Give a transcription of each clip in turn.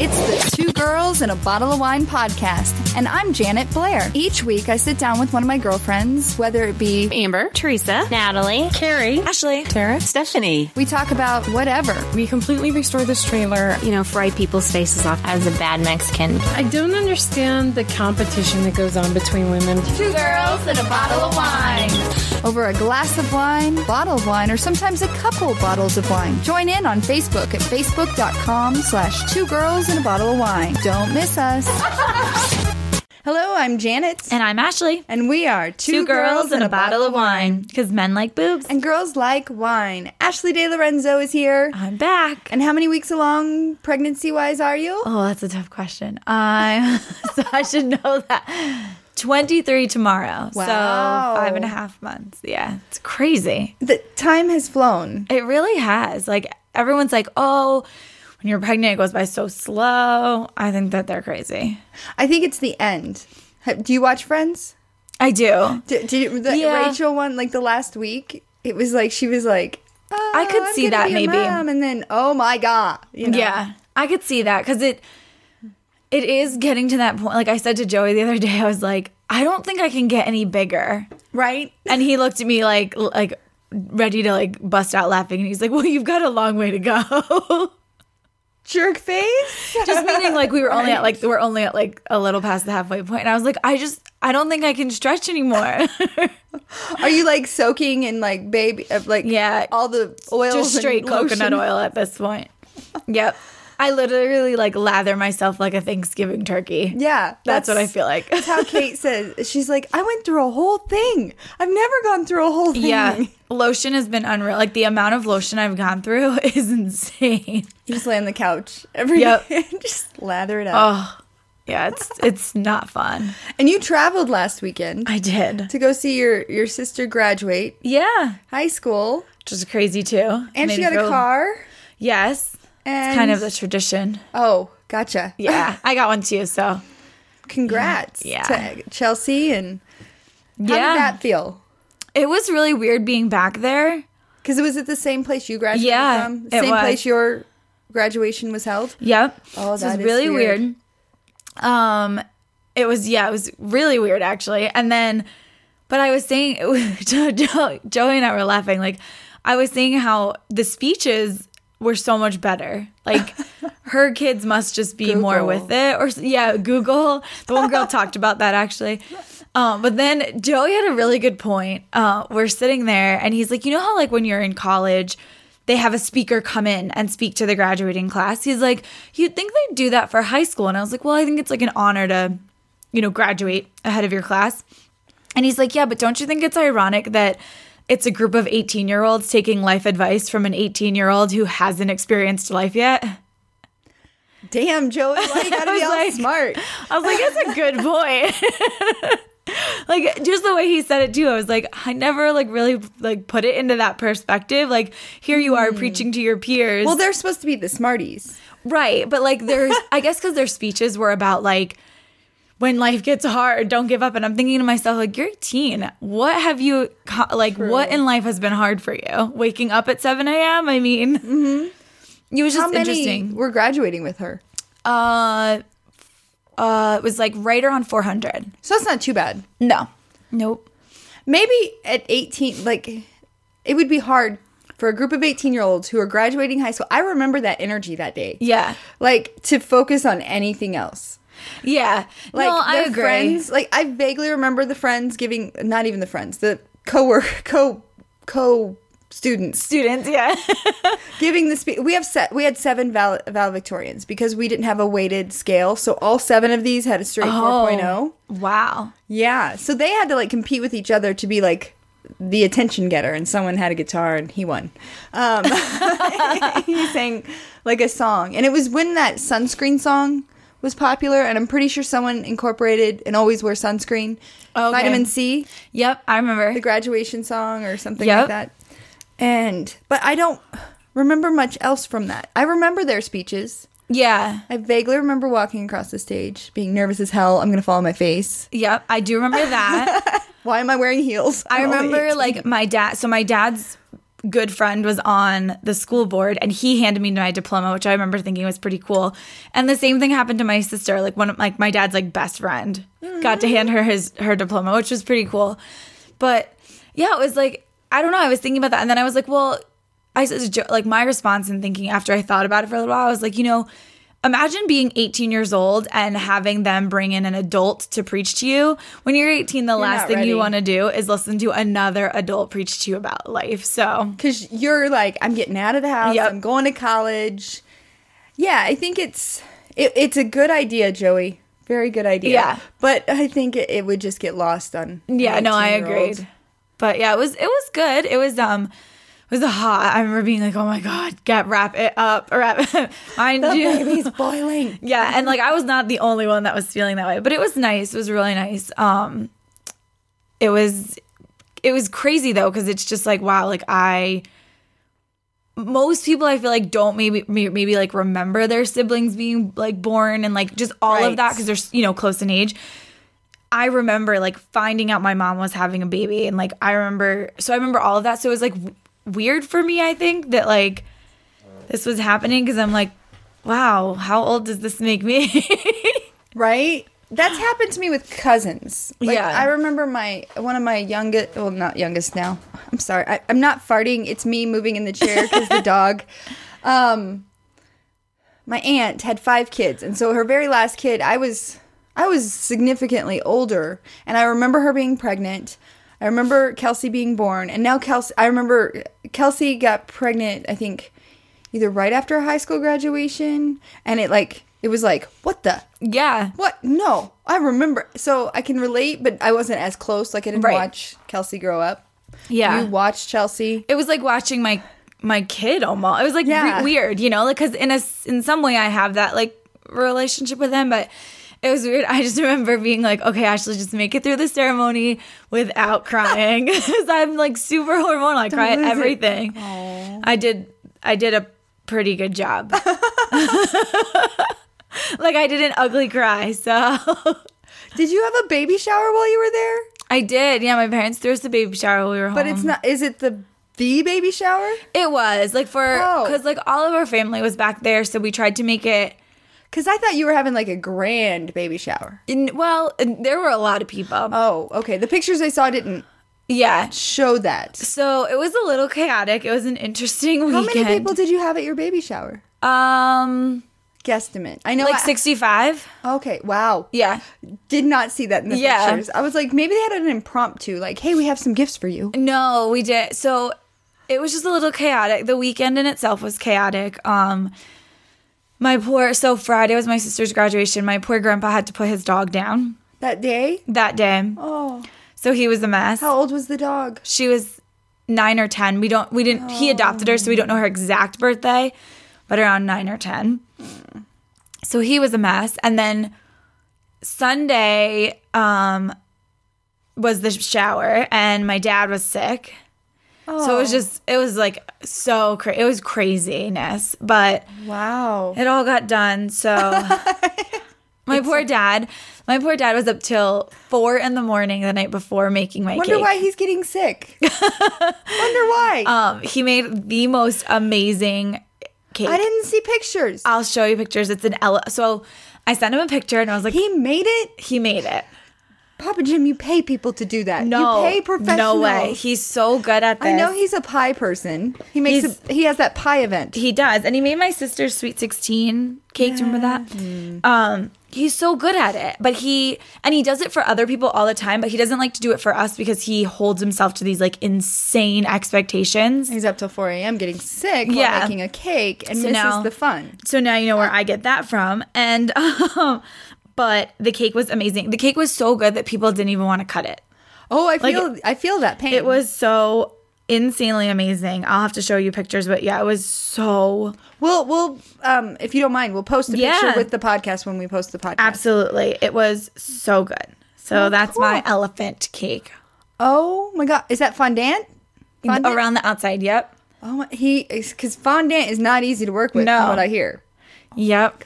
It's the Two Girls and a Bottle of Wine podcast, and I'm Janet Blair. Each week, I sit down with one of my girlfriends, whether it be Amber, Teresa, Natalie, Carrie, Ashley, Tara, Stephanie. we talk about whatever. We completely restored this trailer. you know, fry people's faces off as a bad Mexican. I don't understand the competition that goes on between women. Two girls and a bottle of wine. Over a glass of wine, bottle of wine, or sometimes a couple bottles of wine. Join in on Facebook at facebook.com slash two girls and a bottle of wine. Don't miss us. Hello, I'm Janet, And I'm Ashley. and we are Two, of wine. Because men like boobs. And girls like wine. Ashley De Lorenzo is here. I'm back. And how many weeks along pregnancy wise are you? Oh, that's a tough question. I so I should know that. 23 tomorrow. So Wow. five and a half months. Yeah. It's crazy. The time has flown. It really has. Like everyone's like, oh, when you're pregnant, it goes by so slow. I think that they're crazy. I think it's the end. Ha- Do you watch Friends? I do. Do, do you, the Yeah. Rachel one, like the last week, it was like she was like, oh, I could I'm see gonna that be a maybe. mom, and then oh my god, you know? Yeah, I could see that because it it is getting to that point. Like I said to Joey the other day, I was like, I don't think I can get any bigger, right. and he looked at me like like ready to like bust out laughing, and he's like, Well, you've got a long way to go. Jerk face. just meaning like we were only at like we're only at like a little past the halfway point, and I was like, I just I don't think I can stretch anymore. Are you like soaking in like baby, of, like Yeah. all the oils, just and straight coconut lotion? oil at this point. Yep. I literally like lather myself like a Thanksgiving turkey. Yeah, That's, what I feel like. That's how Kate says. She's like, I went through a whole thing. I've never gone through a whole thing. Yeah. Lotion has been unreal. Like the amount of lotion I've gone through is insane. You just lay on the couch every day Yep. and just lather it up. Oh. Yeah, it's it's not fun. And you traveled last weekend Oh. I did. to go see your, your sister graduate Yeah. high school. Which is crazy too. And she Made got me a feel- car. Yes. And It's kind of the tradition. Oh, gotcha. Yeah. I got one too, so Congrats Yeah. to Chelsea and how Yeah. did that feel? it was really weird being back there. Because it was at the same place you graduated Yeah, from? it Same was. place your graduation was held? Yep. Oh, This that was is really weird. weird. Um, it was yeah, it was really weird actually. And then, but I was saying, Jo- Jo- Joey and I were laughing. Like, I was saying how the speeches were so much better. Like, her kids must just be more Google. with it, or s- yeah, Google. The one girl talked about that actually. Um, but then Joey had a really good point. Uh, we're sitting there, and he's like, you know how like when you're in college they have a speaker come in and speak to the graduating class. He's like, you'd think they'd do that for high school. And I was like, well, I think it's like an honor to, you know, graduate ahead of your class. And he's like, yeah, but don't you think it's ironic that it's a group of 18 year olds taking life advice from an 18 year old who hasn't experienced life yet? Damn, Joey, why you gotta I be was all like- smart. I was like, that's a good point. like just the way he said it too. I was like, I never like really like put it into that perspective. Like here you are preaching to your peers. Well, they're supposed to be the smarties. Right. But like there's I guess because their speeches were about like when life gets hard, don't give up. And I'm thinking to myself, like, you're 18. What have you, co- like, what in life has been hard for you? Waking up at 7 a.m.? I mean, it was just Mm-hmm. How many interesting. were graduating with her? Uh, uh, it was like right around 400. So that's not too bad. No. Nope. Maybe at 18, like, it would be hard for a group of 18 year olds who are graduating high school. I remember that energy that day. Yeah. Like, to focus on anything else. Yeah. Like, no, I their agree. friends, like, I vaguely remember the friends giving, not even the friends, the co work, co, co students Students, yeah. giving the speech. We have set, we had seven val- valedictorians because we didn't have a weighted scale. So all seven of these had a straight oh. 4.0. Oh, Wow. Yeah. So they had to like compete with each other to be like the attention getter, and someone had a guitar and he won. Um, he sang like a song, and it was when that sunscreen song was popular, and I'm pretty sure someone incorporated and always wear sunscreen, Okay. vitamin C, Yep. I remember. the graduation song or something like Yep. that. And but I don't remember much else from that. I remember their speeches. yeah. I vaguely remember walking across the stage, being nervous as hell. I'm gonna fall on my face. Yep. I do remember that. Why am I wearing heels? I I'm only remember 18. like my dad. So my dad's good friend was on the school board and he handed me my diploma which i remember thinking was pretty cool and the same thing happened to my sister like one of like my dad's like best friend got to hand her his her diploma which was pretty cool but yeah it was like i don't know i was thinking about that and then i was like well i said to Jo- like my response in thinking after i thought about it for a little while i was like you know imagine being 18 years old and having them bring in an adult to preach to you when you're 18 the last not thing ready. you want to do is listen to another adult preach to you about life so because you're like i'm getting out of the house Yep. i'm going to college yeah i think it's it, it's a good idea joey very good idea Yeah. but i think it, it would just get lost on an Yeah, no, I 18-year-old. agreed. But yeah, it was it was good. It was um it was hot. I remember being like, "Oh my god, get wrap it up, wrap it, mind you." baby's boiling Yeah, and like I was not the only one that was feeling that way, but it was nice. It was really nice. Um it was it was crazy though cuz it's just like wow, like I most people I feel like don't maybe may- maybe like remember their siblings being like born and like just all Right. of that cuz they're you know close in age. I remember like finding out my mom was having a baby and like I remember so I remember all of that so it was like w- weird for me I think that like this was happening cuz I'm like wow how old does this make me right that's happened to me with cousins like, Yeah. i remember my one of my youngest well not youngest now i'm sorry I, i'm not farting it's me moving in the chair because the dog um my aunt had five kids and so her very last kid i was i was significantly older and i remember her being pregnant i remember kelsey being born and now kelsey i remember kelsey got pregnant i think either right after high school graduation and it like it was like what the yeah what? No, I remember. So I can relate, but I wasn't as close. Like I didn't Right. watch Kelsey grow up. yeah You watched Chelsea. it was like watching my my kid almost. It was like re- Yeah. weird, you know, like because in a s- in some way I have that like relationship with him, but it was weird. I just remember being like, okay, Ashley, just make it through the ceremony without crying because I'm like super hormonal. I cry at lose it. everything. I did I did a pretty good job. like I didn't ugly cry, so. Did you have a baby shower while you were there? I did, yeah. My parents threw us the baby shower. when We were home, But it's not. Is it the the baby shower? It was like for Oh. because like all of our family was back there, so we tried to make it. Because I thought you were having like a grand baby shower. In, well, and there were a lot of people. Oh, okay. The pictures I saw didn't yeah. show that. So it was a little chaotic. It was an interesting How weekend. many people did you have at your baby shower? Um, Guesstimate. I know. like I- sixty-five. Okay. Wow. Yeah. Did not see that in the Yeah. pictures. I was like, maybe they had an impromptu. Like, hey, we have some gifts for you. No, we did. So it was just a little chaotic. The weekend in itself was chaotic. Um my poor so Friday was my sister's graduation. My poor grandpa had to put his dog down That day. that day. Oh. So he was a mess. How old was the dog? she was nine or ten. We don't we didn't he adopted her, so we don't know her exact birthday, but around nine or ten. So he was a mess. And then Sunday um was the shower and my dad was sick. So it was Oh. just it was like so crazy. It was craziness, but Wow. it all got done. So my poor dad, my poor dad was up till four in the morning the night before making my Wonder cake. why he's getting sick. Wonder why. Um, he made the most amazing cake. I I didn't see pictures. will show you pictures. It's an L. So I sent him a picture and I was like, he, he made it. made it. Papa Jim, you pay people to do that. No, you pay professionals. no way. He's so good at this. I know he's a pie person. He makes He's- a, he has that pie event. He does, and he made my sister's sweet sixteen cake. Do you Remember that? Um, he's so good at it, but he and he does it for other people all the time. But he doesn't like to do it for us because he holds himself to these like insane expectations. He's up till 4 a.m. getting sick Yeah. while making a cake and So misses now- the fun. So now you know where I get that from. And um, but the cake was amazing. The cake was so good that people didn't even want to cut it. Oh, I Like- feel I feel that pain. It was so insanely amazing. I'll have to show you pictures, but yeah, it was so We'll we'll um if you don't mind, we'll post a Yeah. picture with the podcast when we post the podcast. absolutely. It was so good. So that's my elephant cake Oh my god, is that fondant? Fondant? around the outside. Yep. Oh, my, he because fondant is not easy to work with. No. from what I hear. Yep.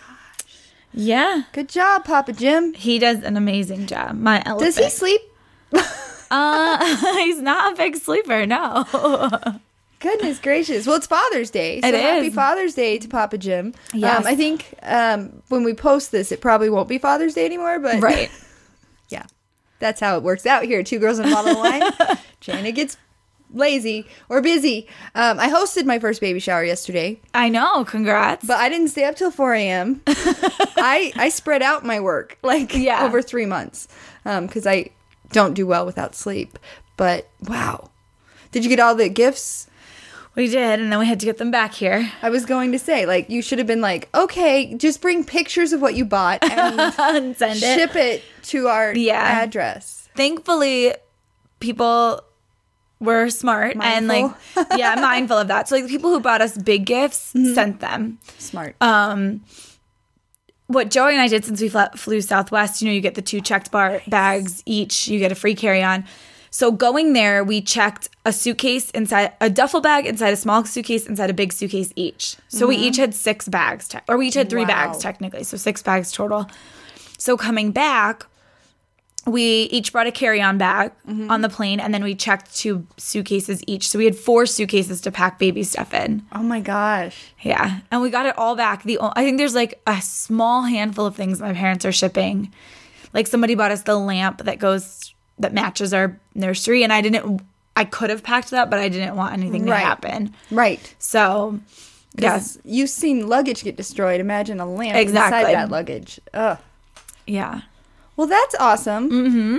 Yeah, Good job, Papa Jim. he does an amazing job. My elephant. Does he sleep? Uh, he's not a big sleeper. No. Goodness gracious! Well, it's Father's Day, so It happy is. Father's Day to Papa Jim. Yes. Um, I think um, when we post this, it probably won't be Father's Day anymore, but Right. yeah, that's how it works out here. Two girls and a bottle of wine. Jana gets lazy or busy. Um, I hosted my first baby shower yesterday, I know. Congrats. but I didn't stay up till four a.m. I I spread out my work like Yeah. over three months because I don't do well without sleep. But wow, did you get all the gifts? we did, and then we had to get them back here. I was going to say, like, you should have been like, okay, just bring pictures of what you bought and and send it. ship it to our Yeah. address. Thankfully, people were smart and Mindful. like, yeah, mindful of that. So like, the people who brought us big gifts sent them. Smart. Um, what Joey and I did since we fla- flew Southwest, you know, you get the two checked bar bags each. You get a free carry on. So going there, we checked a suitcase inside a duffel bag inside a small suitcase inside a big suitcase each. So we each had six bags, te- or we each had three bags Wow. technically. So six bags total. So coming back, we each brought a carry-on bag on the plane, and then we checked two suitcases each. So we had four suitcases to pack baby stuff in. oh my gosh. Yeah, and we got it all back. The o- I think there's like a small handful of things my parents are shipping. Like somebody bought us the lamp that goes that matches our nursery, and I didn't. I could have packed that, but I didn't want anything Right. to happen. Right. So, Yes. yes, You've seen luggage get destroyed. Imagine a lamp Exactly. inside that luggage. Ugh. yeah, Well, that's awesome. Mm-hmm.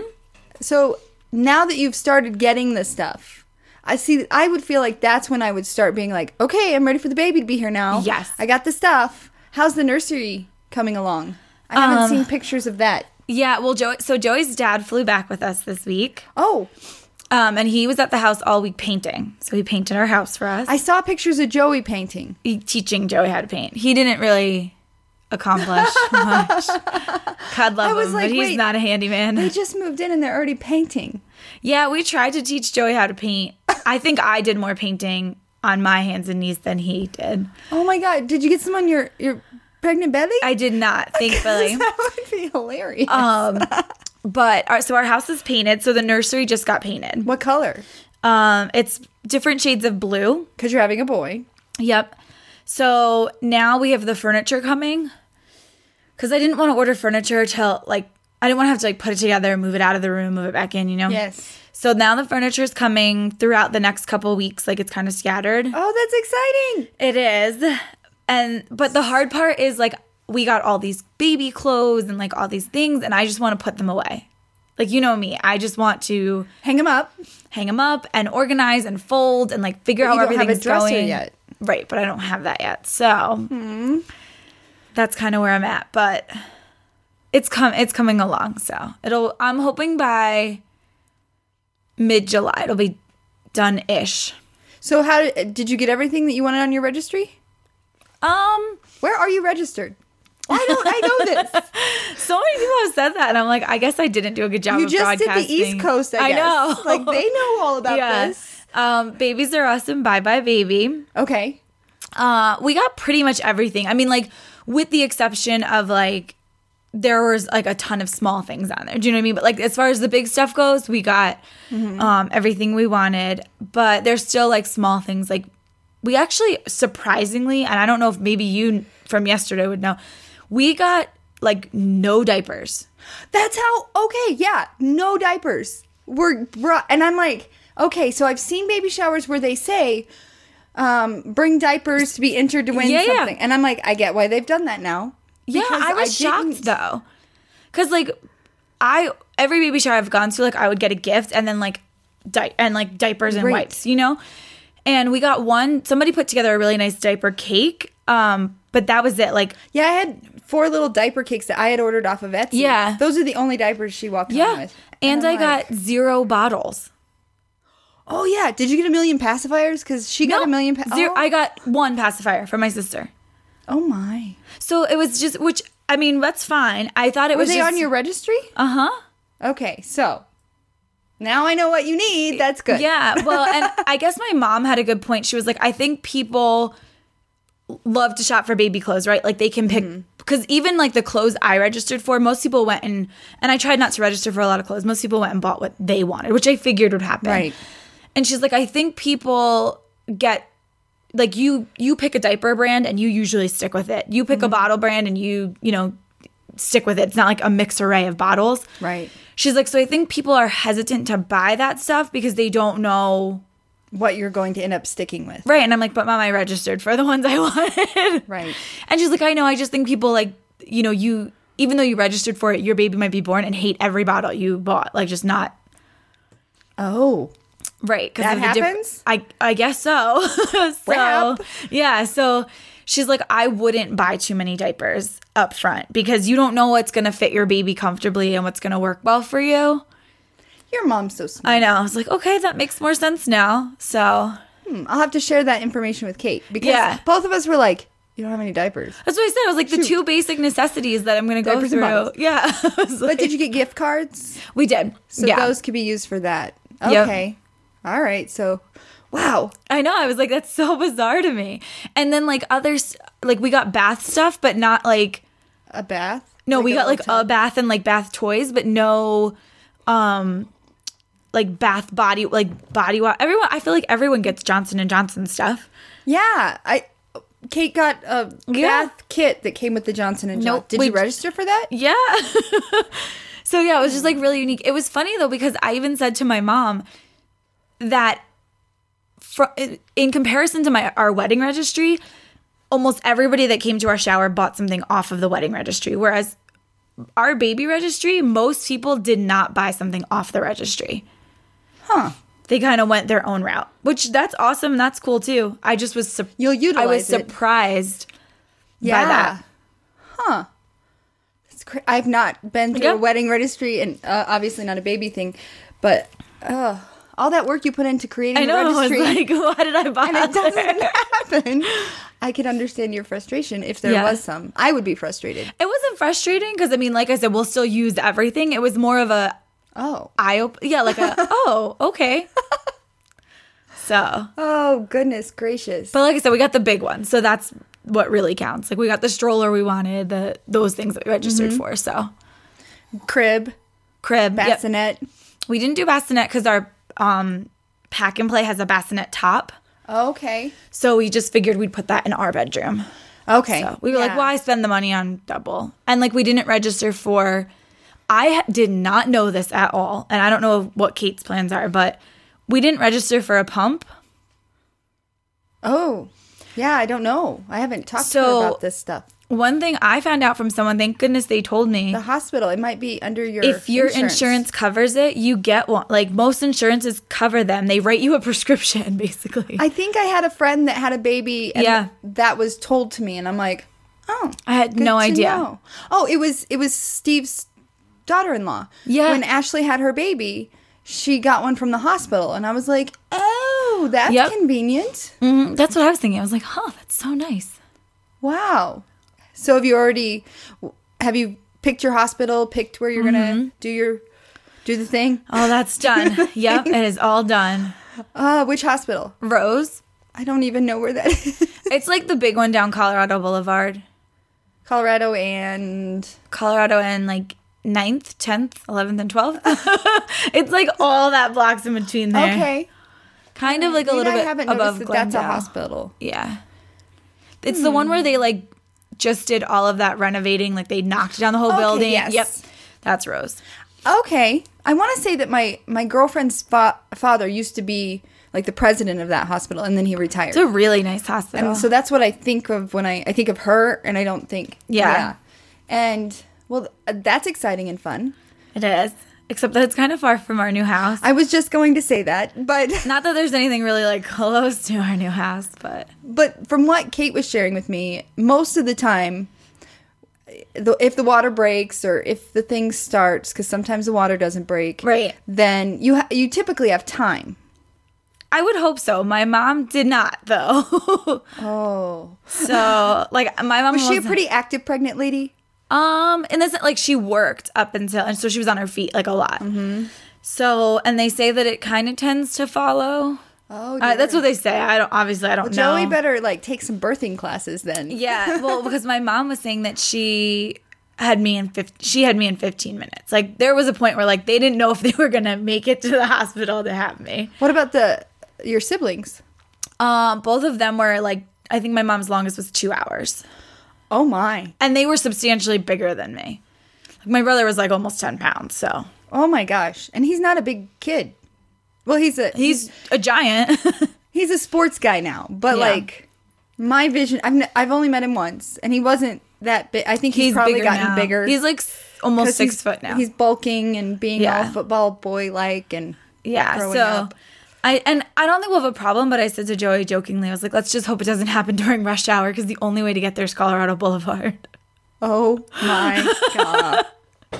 So now that you've started getting this stuff, I see. I would feel like that's when I would start being like, okay, I'm ready for the baby to be here now. Yes. I got the stuff. How's the nursery coming along? I haven't Um, seen pictures of that. yeah. Well, Joe. So Joey's dad flew back with us this week, Oh, um, and he was at the house all week painting. So he painted our house for us. I saw pictures of Joey painting. he- teaching Joey how to paint. He didn't really accomplish much. God love I was him, like, but he's wait, not a handyman. They just moved in and they're already painting. yeah, we tried to teach Joey how to paint. I think I did more painting on my hands and knees than he did. Oh my god! Did you get some on your your pregnant belly? I did not, thankfully. that would be hilarious. um, but our, so our house is painted. So the nursery just got painted. what color? Um, it's different shades of blue. Because you're having a boy. Yep. So now we have the furniture coming because I didn't want to order furniture till like I didn't want to have to like put it together, move it out of the room, move it back in, you know. Yes. So now the furniture is coming throughout the next couple weeks. Like it's kind of scattered. Oh, that's exciting! It is, and but the hard part is like we got all these baby clothes and like all these things, and I just want to put them away. Like you know me, I just want to Hang them up. hang them up and organize and fold and like figure But out you how don't have a everything's dresser going. yet. Hmm. Right, but I don't have that yet. So that's kind of where I'm at. But it's come it's coming along. So it'll I'm hoping by mid July it'll be done ish. So how did, did you get everything that you wanted on your registry? Um, Where are you registered? I don't. I know this. so many people have said that, and I'm like, I guess I didn't do a good job. You of just did the broadcasting. East Coast. I, guess. know, Like they know all about this. Um, babies are awesome. Bye bye, baby. Okay. Uh, we got pretty much everything. I mean, like with the exception of like there was like a ton of small things on there. Do you know what I mean? But like as far as the big stuff goes, we got Mm-hmm. um, everything we wanted. But there's still like small things. Like we actually surprisingly, and I don't know if maybe you from yesterday would know, we got like no diapers. That's how. Okay. Yeah. No diapers. We're brought, and I'm like, okay. So I've seen baby showers where they say, um, bring diapers to be entered to win Yeah, yeah. something, and I'm like, I get why they've done that now. yeah, Because I was didn't- shocked though, because like I every baby shower I've gone to, like I would get a gift and then like di- and like diapers and Right. wipes, you know. And we got one. Somebody put together a really nice diaper cake, um, but that was it. Like Yeah, I had four little diaper cakes that I had ordered off of Etsy. Yeah. Those are the only diapers she walked home yeah, with. and I I'm like, got zero bottles. Oh yeah, did you get a million pacifiers? Because she got a million. Pa- zero. oh. I got one pacifier from my sister. Oh my. So it was just which I mean that's fine. I thought it Were was they just, on your registry? uh huh. Okay, so now I know what you need. That's good. Yeah. Well, and I guess my mom had a good point. She was like, I think people love to shop for baby clothes, right? Like they can pick because even like the clothes I registered for, most people went and and I tried not to register for a lot of clothes. Most people went and bought what they wanted, which I figured would happen. Right. And she's like, I think people get like you you pick a diaper brand and you usually stick with it. You pick a bottle brand and you, you know, stick with it. It's not like a mixed array of bottles. Right. She's like, so I think people are hesitant to buy that stuff because they don't know. What you're going to end up sticking with. Right. And I'm like, but mom, I registered for the ones I wanted. Right. And she's like, I know. I just think people like, you know, you, even though you registered for it, your baby might be born and hate every bottle you bought. Like, just not. Oh. Right. Cause That of the diff- happens? I, I guess so. so, Whap. yeah. So she's like, I wouldn't buy too many diapers up front because you don't know what's going to fit your baby comfortably and what's going to work well for you. Your mom's so smart. I know. I was like, okay, that makes more sense now. So I'll have to share that information with Kate because Uh, Yeah. both of us were like, you don't have any diapers. that's what I said. I was like, the two basic necessities that I'm going to go Diapers and through. bottles. Yeah. I was But like- did you get gift cards? we did. So yeah. those could be used for that. Yep. Okay. All right. So, wow. I know. I was like, that's so bizarre to me. And then like others, like we got bath stuff, but not like A bath? no, we a got like little a tub? bath and like bath toys, but no, um, like bath body, like body wash. Everyone, I feel like everyone gets Johnson and Johnson stuff. Yeah. I. Kate got a Yeah. bath kit that came with the Johnson and Johnson. Nope, Did we- you register for that? Yeah. so yeah, it was just like really unique. It was funny though because I even said to my mom that fr- in comparison to my our wedding registry, almost everybody that came to our shower bought something off of the wedding registry whereas our baby registry, most people did not buy something off the registry. Huh. They kind of went their own route, which that's awesome. That's cool too. I just was sup- You'll I was utilize it. surprised by that. Huh. That's cra- I've not been through Yeah. a wedding registry and uh, obviously not a baby thing, but uh, all that work you put into creating I know. a registry I was like, why did I buy and it that? doesn't happen. I can understand your frustration if there Yeah. was some. I would be frustrated. It wasn't frustrating because I mean, like I said, we'll still use everything. It was more of a Oh. eye open, yeah, like a oh okay. So, Oh, goodness gracious. but like I said, we got the big one, so that's what really counts. Like we got the stroller we wanted, the those things that we registered for. So Crib, crib, yep. bassinet. We didn't do bassinet because our um, pack and play has a bassinet top, okay. so we just figured we'd put that in our bedroom. Okay. So we were like, Yeah. why spend the money on double? And like, we didn't register for, I ha- did not know this at all. And I don't know what Kate's plans are, but we didn't register for a pump. Oh, yeah, I don't know. I haven't talked to So- her about this stuff. One thing I found out from someone, thank goodness they told me. The hospital, it might be under your If your insurance. covers it, you get one. Like most insurances cover them. They write you a prescription, basically. I, I think I had a friend that had a baby and Yeah. that was told to me and I'm like, "Oh, had good no to idea. know. Oh, it was it was Steve's daughter-in-law. Yeah. When Ashley had her baby, she got one from the hospital and I was like, "Oh, that's Yep. convenient." Mhm. That's what I was thinking. I was like, huh, that's so nice. Wow. So have you already have you picked your hospital, picked where you're Mm-hmm. going to do your do the thing? All Oh, that's done. yep, it is all done. Uh, which hospital? Rose, I don't even know where that is. it's like the big one down Colorado Boulevard. Colorado and Colorado and like 9th, 10th, 11th, and 12th. it's like all that blocks in between there. Okay. Kind of like a Maybe little I bit haven't above noticed that that's a Hmm. Glendale. hospital. Yeah. It's the one where they like just did all of that renovating. Like they knocked down the whole Okay, building. yes. Yep. That's Rose. Okay. I want to say that my my girlfriend's fa- father used to be like the president of that hospital and then he retired. It's a really nice hospital. and so that's what I think of when I I think of her and I don't think Yeah. And well th- that's exciting and fun. it is. Except that it's kind of far from our new house. I was just going to say that, but Not that there's anything really like close to our new house, but but from what Kate was sharing with me, most of the time the, if the water breaks or if the thing starts cuz sometimes the water doesn't break, Right. Then you ha- you typically have time. I would hope so. My mom did not though. Oh. so like my mom Was she a wasn't- pretty active pregnant lady? Um, and that's like she worked up until, and so she was on her feet like a lot. So, and they say that it kind of tends to follow. Oh, Uh, that's dear. what they say. I don't obviously I don't know. Joey better like take some birthing classes then. Yeah, well, because my mom was saying that she had me in 15, she had me in 15 minutes. Like there was a point where like they didn't know if they were going to make it to the hospital to have me. What about the your siblings? Um, both of them were like, I think my mom's longest was two hours, Oh my. and they were substantially bigger than me. Like my brother was like almost ten pounds, so Oh my gosh. And he's not a big kid. Well, he's a he's a giant. he's a sports guy now, but Yeah. like my vision, I've n- I've only met him once, and he wasn't that big. I think he's, probably bigger gotten now. bigger. He's like s- almost 'cause six he's- foot now. He's bulking and being Yeah. all football boy like, and yeah, growing so. up. I, and I don't think we'll have a problem, but I said to Joey jokingly, I was like, let's just hope it doesn't happen during rush hour because the only way to get there is Colorado Boulevard. oh my god.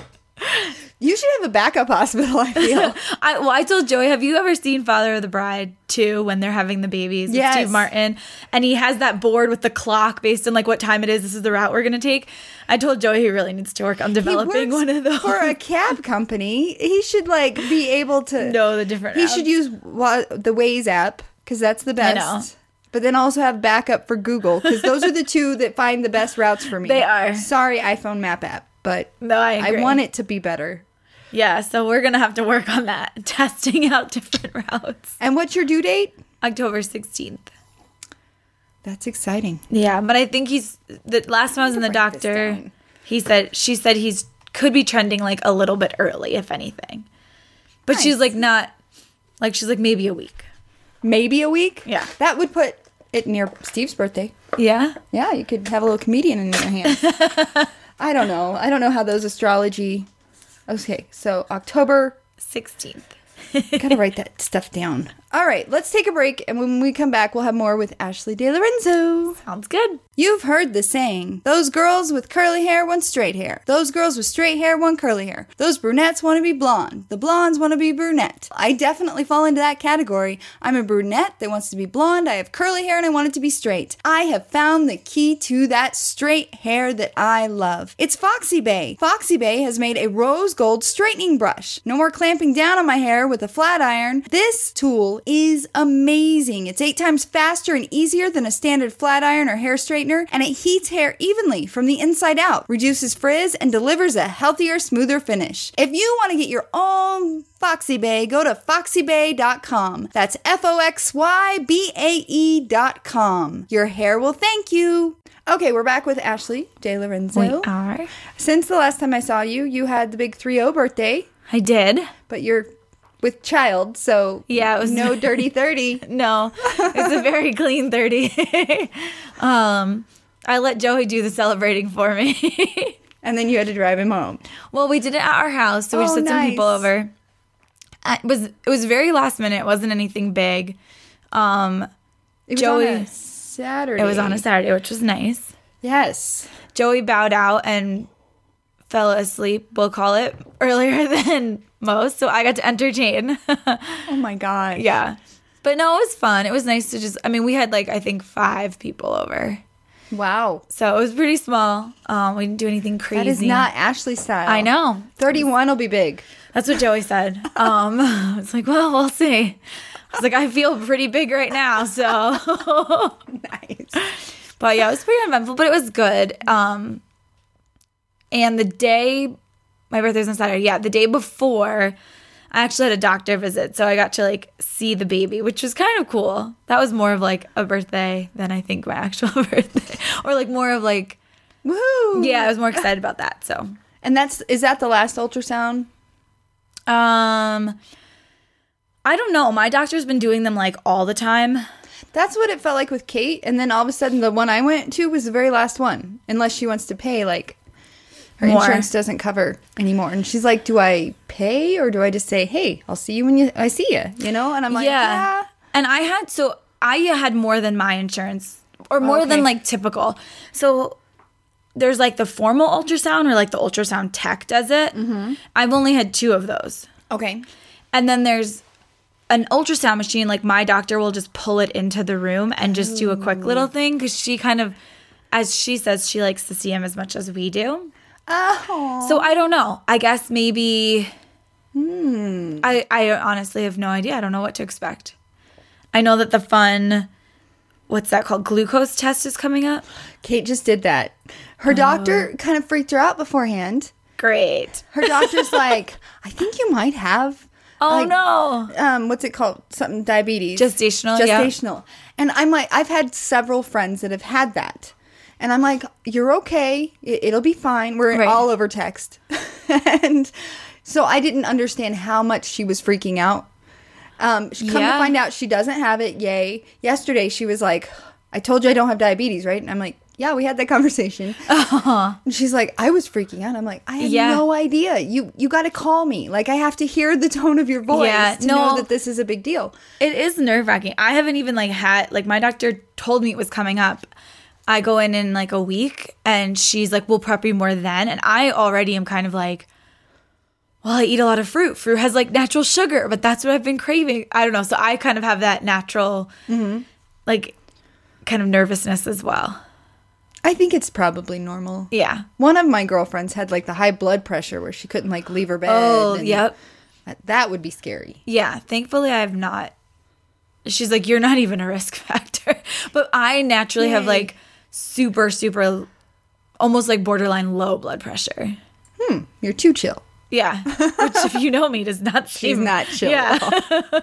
You should have a backup hospital. I feel. I, well, I told Joey, have you ever seen Father of the Bride 2 when they're having the babies with Yes. Steve Martin? And he has that board with the clock based on like what time it is. This is the route we're going to take. I told Joey he really needs to work on He developing works one of those. for a cab company. He should like be able to Know the different He routes. should use wa- the Waze app because that's the best. know. But then also have backup for Google because those are the two that find the best routes for me. They are. Sorry, iPhone map app, but No, I I agree. want it to be better. yeah, so we're going to have to work on that, testing out different routes. And what's your due date? October 16th. That's exciting. Yeah, but I think he's the last time I was in the write this doctor. down. He said she said he's could be trending like a little bit early, if anything. But she's like not like she's like maybe a week. Maybe a week. Yeah. that would put it near Steve's birthday. Yeah, Yeah, you could have a little comedian in your hands. I don't know. I don't know how those astrology. Okay, so October sixteenth. Gotta write that stuff down. All right, let's take a break, and when we come back, we'll have more with Ashley De Lorenzo. Sounds good. You've heard the saying: "Those girls with curly hair want straight hair. Those girls with straight hair want curly hair. Those brunettes want to be blonde. The blondes want to be brunette." I definitely fall into that category. I'm a brunette that wants to be blonde. I have curly hair, and I want it to be straight. I have found the key to that straight hair that I love. It's Foxy Bay. Foxy Bay has made a rose gold straightening brush. No more clamping down on my hair with a flat iron. This tool is amazing. It's eight times faster and easier than a standard flat iron or hair straightener, and it heats hair evenly from the inside out, reduces frizz, and delivers a healthier, smoother finish. If you want to get your own Foxy Bay, go to foxybay.com. That's F O X Y B A E.com. Your hair will thank you. Okay, we're back with Ashley De Lorenzo. are. Since the last time I saw you, you had the big 3 0 birthday, I did. but you're with child, so Yeah, it was- no dirty 30. No, it's a very clean thirty. um, I let Joey do the celebrating for me. And then you had to drive him home. Well, we did it at our house, so we just Oh, had some people nice. over. Uh, It was it was very last minute. It wasn't anything big. Um, It was Joey- on a Saturday. it was on a Saturday, which was nice. Yes. Joey bowed out and fell asleep. We'll call it earlier than most, so I got to entertain. Oh my God. yeah, but no, it was fun. It was nice to just. I mean, we had like I think five people over, Wow. so it was pretty small. Um, we didn't do anything crazy. That is not Ashley style. I know. 31 will be big. That's what Joey said. Um, I was like, well, we'll see. I was like, I feel pretty big right now, so. Nice. But yeah, it was pretty uneventful, but it was good. Um, and the day, my birthday's on Saturday. Yeah, the day before, I actually had a doctor visit, so I got to like see the baby, which was kind of cool. That was more of like a birthday than I think my actual birthday, or like more of like Woohoo. yeah, I was more excited about that. So And that's, is that the last ultrasound? Um, I don't know. My doctor's been doing them like all the time. That's what it felt like with Kate. And then all of a sudden, the one I went to was the very last one, unless she wants to pay like her More. insurance doesn't cover anymore. And she's like, "Do I pay or do I just say, hey, I'll see you when you I see you?" You know? And I'm like, "Yeah." And I had so I had more than my insurance or more Okay. than like typical. So there's like the formal ultrasound or like the ultrasound tech does it. I've only had two of those. Mm-hmm. Okay. And then there's an ultrasound machine. Like my doctor will just pull it into the room and just do a quick little thing because she kind of, as she says, she likes to see him as much as we do. Oh. So I don't know. I guess maybe. Hmm. I I honestly have no idea. I don't know what to expect. I know that the fun, what's that called? Glucose test is coming up. Kate just did that. Her Uh. doctor kind of freaked her out beforehand. Great. Her doctor's like, "I think you might have Oh like, no. um, what's it called? Something diabetes. Gestational, yeah. Gestational. And I'm like, I've had several friends that have had that. And I'm like, you're okay. It, it'll be fine. We're Right. all over text. and so I didn't understand how much she was freaking out. Um, she- come Yeah. to find out she doesn't have it. Yay. Yesterday she was like, I told you I don't have diabetes, right? And I'm like, yeah, we had that conversation. And she's like, I was freaking out. I'm like, I had Uh-huh. Yeah. no idea. You you got to call me. Like I have to hear the tone of your voice Yeah, to no. know that this is a big deal. It is nerve wracking. I haven't even like had like my doctor told me it was coming up. I go in in like a week, and she's like, "We'll prep you more then." And I already am kind of like, "Well, I eat a lot of fruit. Fruit has like natural sugar, but that's what I've been craving. I don't know." So I kind of have that natural, Mm-hmm. like, kind of nervousness as well. I think it's probably normal. Yeah. One of my girlfriends had like the high blood pressure where she couldn't like leave her bed. Oh, and yep. that- That would be scary. Yeah, thankfully I have not. She's like, you're not even a risk factor. But I naturally have Yay. like super, super, almost like borderline low blood pressure. You're too chill. Yeah, which if you know me does not She's seem not chill. Yeah. at all.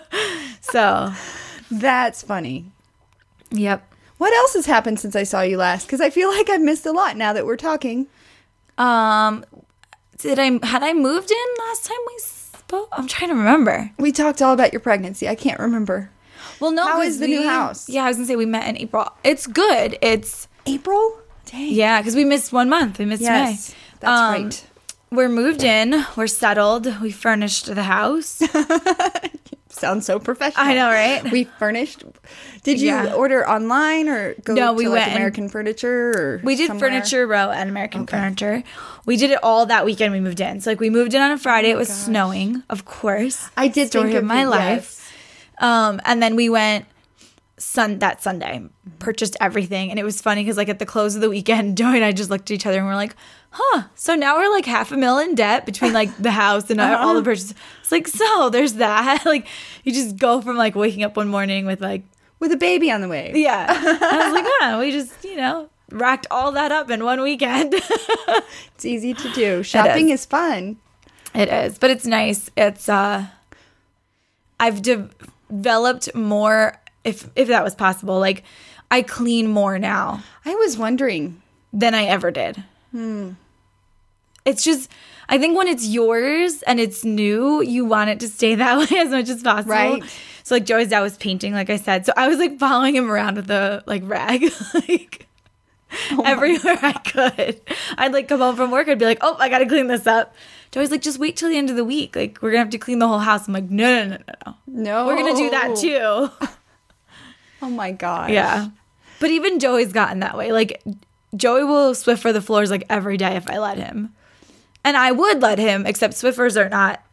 So, That's funny. yep. What else has happened since I saw you last? Because I feel like I've missed a lot now that we're talking. Um, did I had I moved in last time we spoke? I'm trying to remember. We talked all about your pregnancy. I can't remember. Well, no, How 'cause is the new we- house? Yeah, I was gonna say we met in April. It's good. It's April? Dang. yeah, because we missed one month. We missed Yes. May. That's Um, right. We're moved in. We're settled. We furnished the house. Sounds so professional. I know, right? We furnished. Did you Yeah. order online or go No, to we like went and- American Furniture? Or We did somewhere? Furniture Row and American Furniture. We did it all that weekend we moved in. So, like, we moved in on a Friday. it was snowing, of course. Oh I did Story think of of my you, life. Um, and then we went sun that Sunday, Mm-hmm. purchased everything. And it was funny because, like, at the close of the weekend, Joey and I just looked at each other and we're like, huh. So now we're like half a mil in debt between like the house and all Uh-huh. the purchases. It's like, so there's that. like, you just go from like waking up one morning with like with a baby on the way. Yeah. I was like, wow, we just, you know, racked all that up in one weekend. It's easy to do. Shopping is. is fun. it is, but it's nice. It's, uh, I've de- developed more, if, if that was possible, like I clean more now I was wondering. than I ever did. It's just, I think when it's yours and it's new, you want it to stay that way as much as possible. Right. So like Joey's dad was painting, like I said. So I was like following him around with a like rag, like everywhere I could. I'd like come home from work, I'd be like, oh, I gotta clean this up. Joey's like, just wait till the end of the week. Like we're gonna have to clean the whole house. I'm like, no, no, no, no, no. No, We're gonna do that too. Oh my god. Yeah. But even Joey's gotten that way. Like Joey will Swiffer the floors like every day if I let him. And I would let him, except Swiffers are not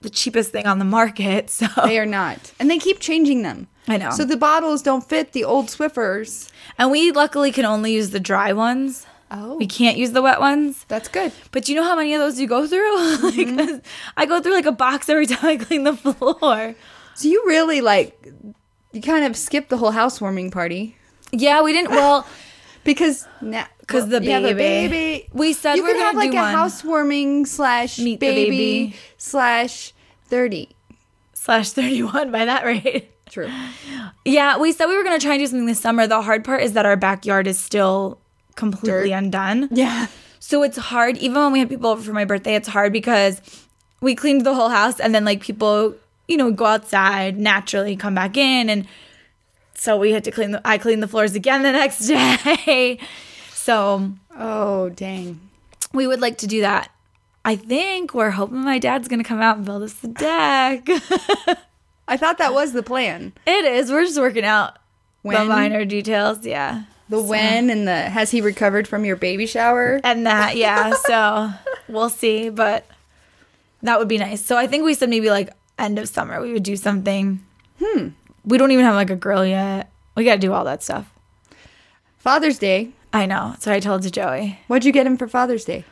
the cheapest thing on the market. So They are not, and they keep changing them. I know. So the bottles don't fit the old Swiffers. and we luckily can only use the dry ones. Oh. We can't use the wet ones. That's good. But you know how many of those you go through? like I go through like a box every time I clean the floor. So you really like, you kind of skipped the whole housewarming party Yeah, we didn't well because now because the baby. you have a baby. We said you we're could gonna have like do a one housewarming slash Meet the baby, baby. slash thirty. slash thirty one by that rate. True. Yeah, we said we were going to try and do something this summer. The hard part is that our backyard is still completely Dirt. undone. Yeah. So it's hard. Even when we had people over for my birthday, it's hard because we cleaned the whole house and then, like, people, you know, go outside naturally, come back in. And so we had to clean the, I cleaned the floors again the next day. so Oh dang. we would like to do that. I think we're hoping my dad's going to come out and build us a deck. I thought that was the plan. it is. We're just working out the When? minor details. Yeah. The when and the has he recovered from your baby shower? and that yeah so we'll see but that would be nice so i think we said maybe like end of summer we would do something hmm we don't even have like a grill yet we gotta do all that stuff Father's Day. i know so i told to joey What'd you get him for Father's Day?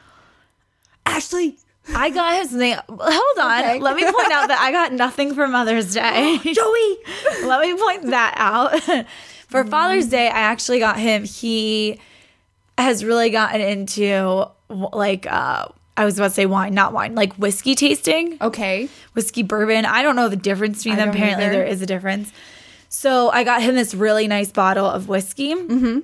Ashley. i got him something hold on Okay. let me point out that i got nothing for mother's day joey let me point that out for father's Mm. day i actually got him he has really gotten into like uh I was about to say wine, not wine, like whiskey tasting, Okay. whiskey bourbon. I don't know the difference between them. don't Apparently, either. there is a difference. So I got him this really nice bottle of whiskey, Mm-hmm.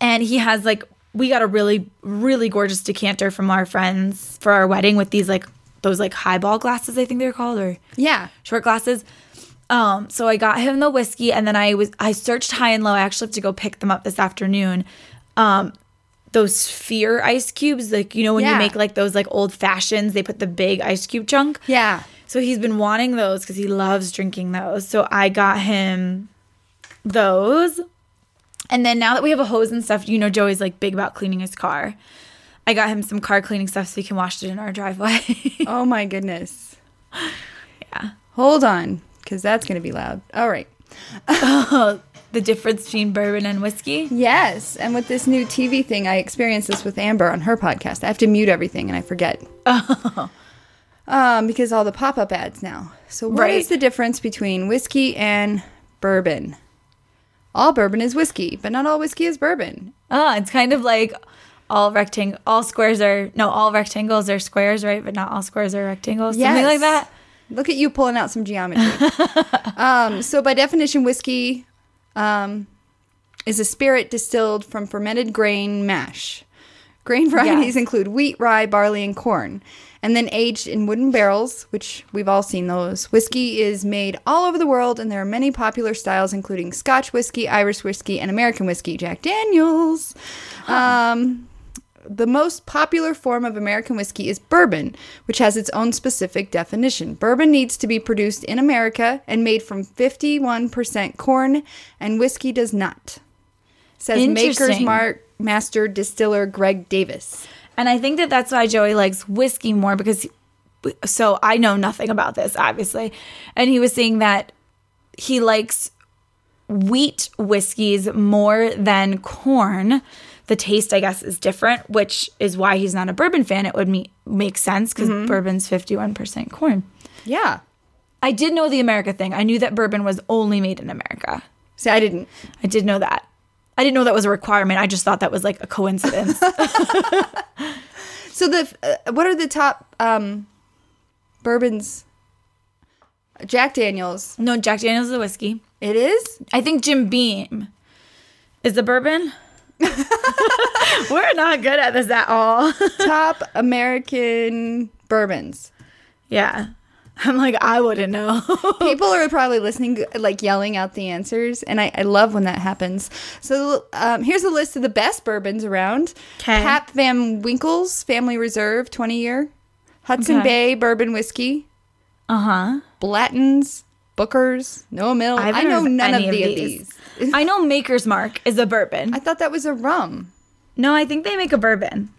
and he has like we got a really really gorgeous decanter from our friends for our wedding with these like those like highball glasses I think they're called or Yeah. short glasses. Um, so I got him the whiskey, and then I was I searched high and low. I actually have to go pick them up this afternoon. Um, those sphere ice cubes, like you know when Yeah. you make like those like old fashions, they put the big ice cube chunk. Yeah. So he's been wanting those because he loves drinking those. So I got him those. And then now that we have a hose and stuff, you know Joey's like big about cleaning his car. I got him some car cleaning stuff so he can wash it in our driveway. Oh my goodness. yeah. Hold on, because that's going to be loud. All right. the difference between bourbon and whiskey. Yes. And with this new TV thing, I experienced this with Amber on her podcast. I have to mute everything and I forget. Oh. Um, because all the pop up ads now. So, what is Right. the difference between whiskey and bourbon? All bourbon is whiskey, but not all whiskey is bourbon. Oh, it's kind of like all rectangle, all squares are no, all rectangles are squares, right? But not all squares are rectangles. Something Yes. like that. Look at you pulling out some geometry. um, so, by definition, whiskey um, is a spirit distilled from fermented grain mash. Grain varieties include wheat, rye, barley, and corn, and then aged in wooden barrels, which we've all seen those. Whiskey is made all over the world, and there are many popular styles, including Scotch whiskey, Irish whiskey, and American whiskey, Jack Daniels. Um, the most popular form of American whiskey is bourbon, which has its own specific definition. Bourbon needs to be produced in America and made from 51% corn, and whiskey does not. Says Maker's Interesting. Mark master distiller Greg Davis. And I think that that's why Joey likes whiskey more because, so I know nothing about this, obviously. And he was saying that he likes wheat whiskeys more than corn. The taste, I guess, is different, which is why he's not a bourbon fan. It would me- make sense because bourbon's 51% corn. Yeah. I did know the America thing. I knew that bourbon was only made in America. See, I didn't. I did know that. I didn't know that was a requirement. I just thought that was like a coincidence. So the uh, what are the top um bourbons? Jack Daniels. no, Jack Daniels is a whiskey. It is? I think Jim Beam is the bourbon. We're not good at this at all. Top American bourbons. yeah. I'm like, I wouldn't know. People are probably listening, like yelling out the answers, and I, I love when that happens. So um, here's a list of the best bourbons around. 'Kay. Pap Van Winkle's Family Reserve, 20 year. Hudson Okay. Bay Bourbon Whiskey. uh huh. Blatton's, Booker's, Noah Mill. I I, haven't know heard of none of, any of the, of these. these. I know Maker's Mark is a bourbon. I thought that was a rum. no, I think they make a bourbon.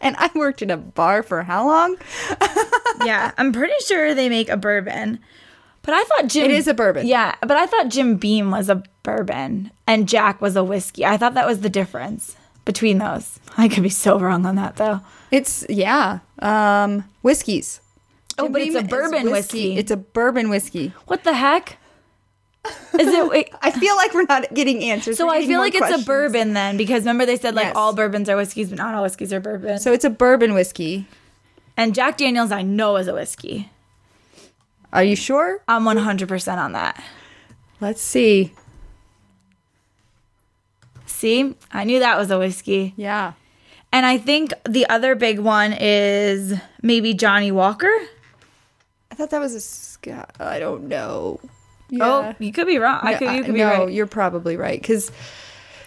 And I worked in a bar for how long? yeah, I'm pretty sure they make a bourbon. But I thought Jim It is a bourbon. Yeah, but I thought Jim Beam was a bourbon and Jack was a whiskey. I thought that was the difference between those. I could be so wrong on that though. It's yeah, um, whiskeys. Oh, but it's a Jim Beam is bourbon whiskey. It's a bourbon whiskey. What the heck? Is it wait, I feel like we're not getting answers. So We're I getting feel more like it's questions. a bourbon then because remember they said like Yes. all bourbons are whiskeys but not all whiskeys are bourbon. So it's a bourbon whiskey. and Jack Daniels I know is a whiskey. Are you sure? I'm 100% on that. Let's see. See? I knew that was a whiskey. Yeah. And I think the other big one is maybe Johnny Walker. I thought that was a Scott. I don't know. Oh, you could be wrong. I could, you could be no, right. you're probably right. Because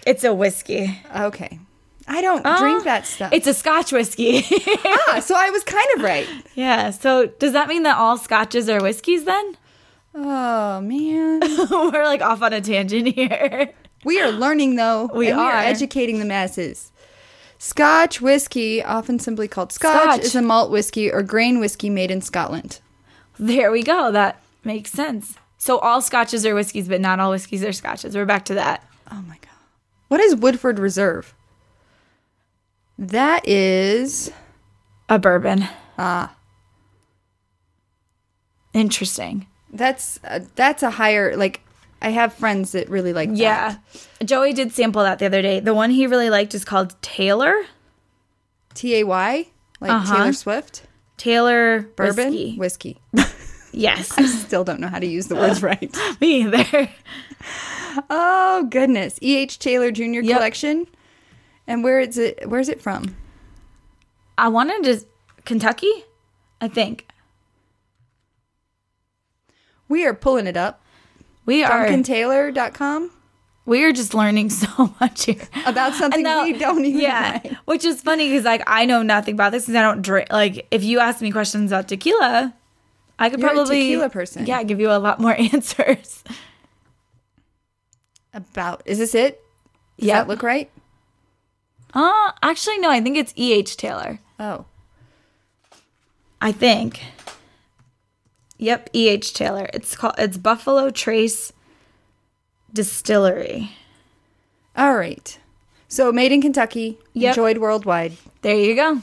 It's a whiskey. okay, I don't Uh, drink that stuff. It's a Scotch whiskey. ah, so I was kind of right. yeah. So does that mean that all Scotches are whiskeys then? Oh man. We're like off on a tangent here. We are learning though. We and are. educating the masses. Scotch whiskey, often simply called scotch, Scotch. is a malt whiskey or grain whiskey made in Scotland. There we go. That makes sense. So all Scotches are whiskeys, but not all whiskeys are Scotches. We're back to that. Oh my god. What is Woodford Reserve? That is A bourbon. ah, Interesting. that's uh, that's a higher like I have friends that really like that. Yeah. Joey did sample that the other day. The one he really liked is called Taylor. T A Y, like Uh-huh. Taylor Swift. Taylor Bourbon, Whiskey. whiskey. yes. Still don't know how to use the words right. Me either. Oh goodness, E. H. Taylor Jr. Yep. collection. And where is it? Where's it from? I wanted to Kentucky, I think. We are pulling it up. We are DuncanTaylor.com we are just learning so much here. about something And now- we don't even. yeah, like. which is funny because like I know nothing about this because I don't drink. Like if you ask me questions about tequila, I could You're a probably tequila person. Yeah, give you a lot more answers. About is this it? Does Yep. that look right? Uh actually no, I think it's E. H. Taylor. Oh, I think. Yep, E. H. Taylor. It's called it's Buffalo Trace Distillery. all right. So made in Kentucky, Yep. enjoyed worldwide. There you go.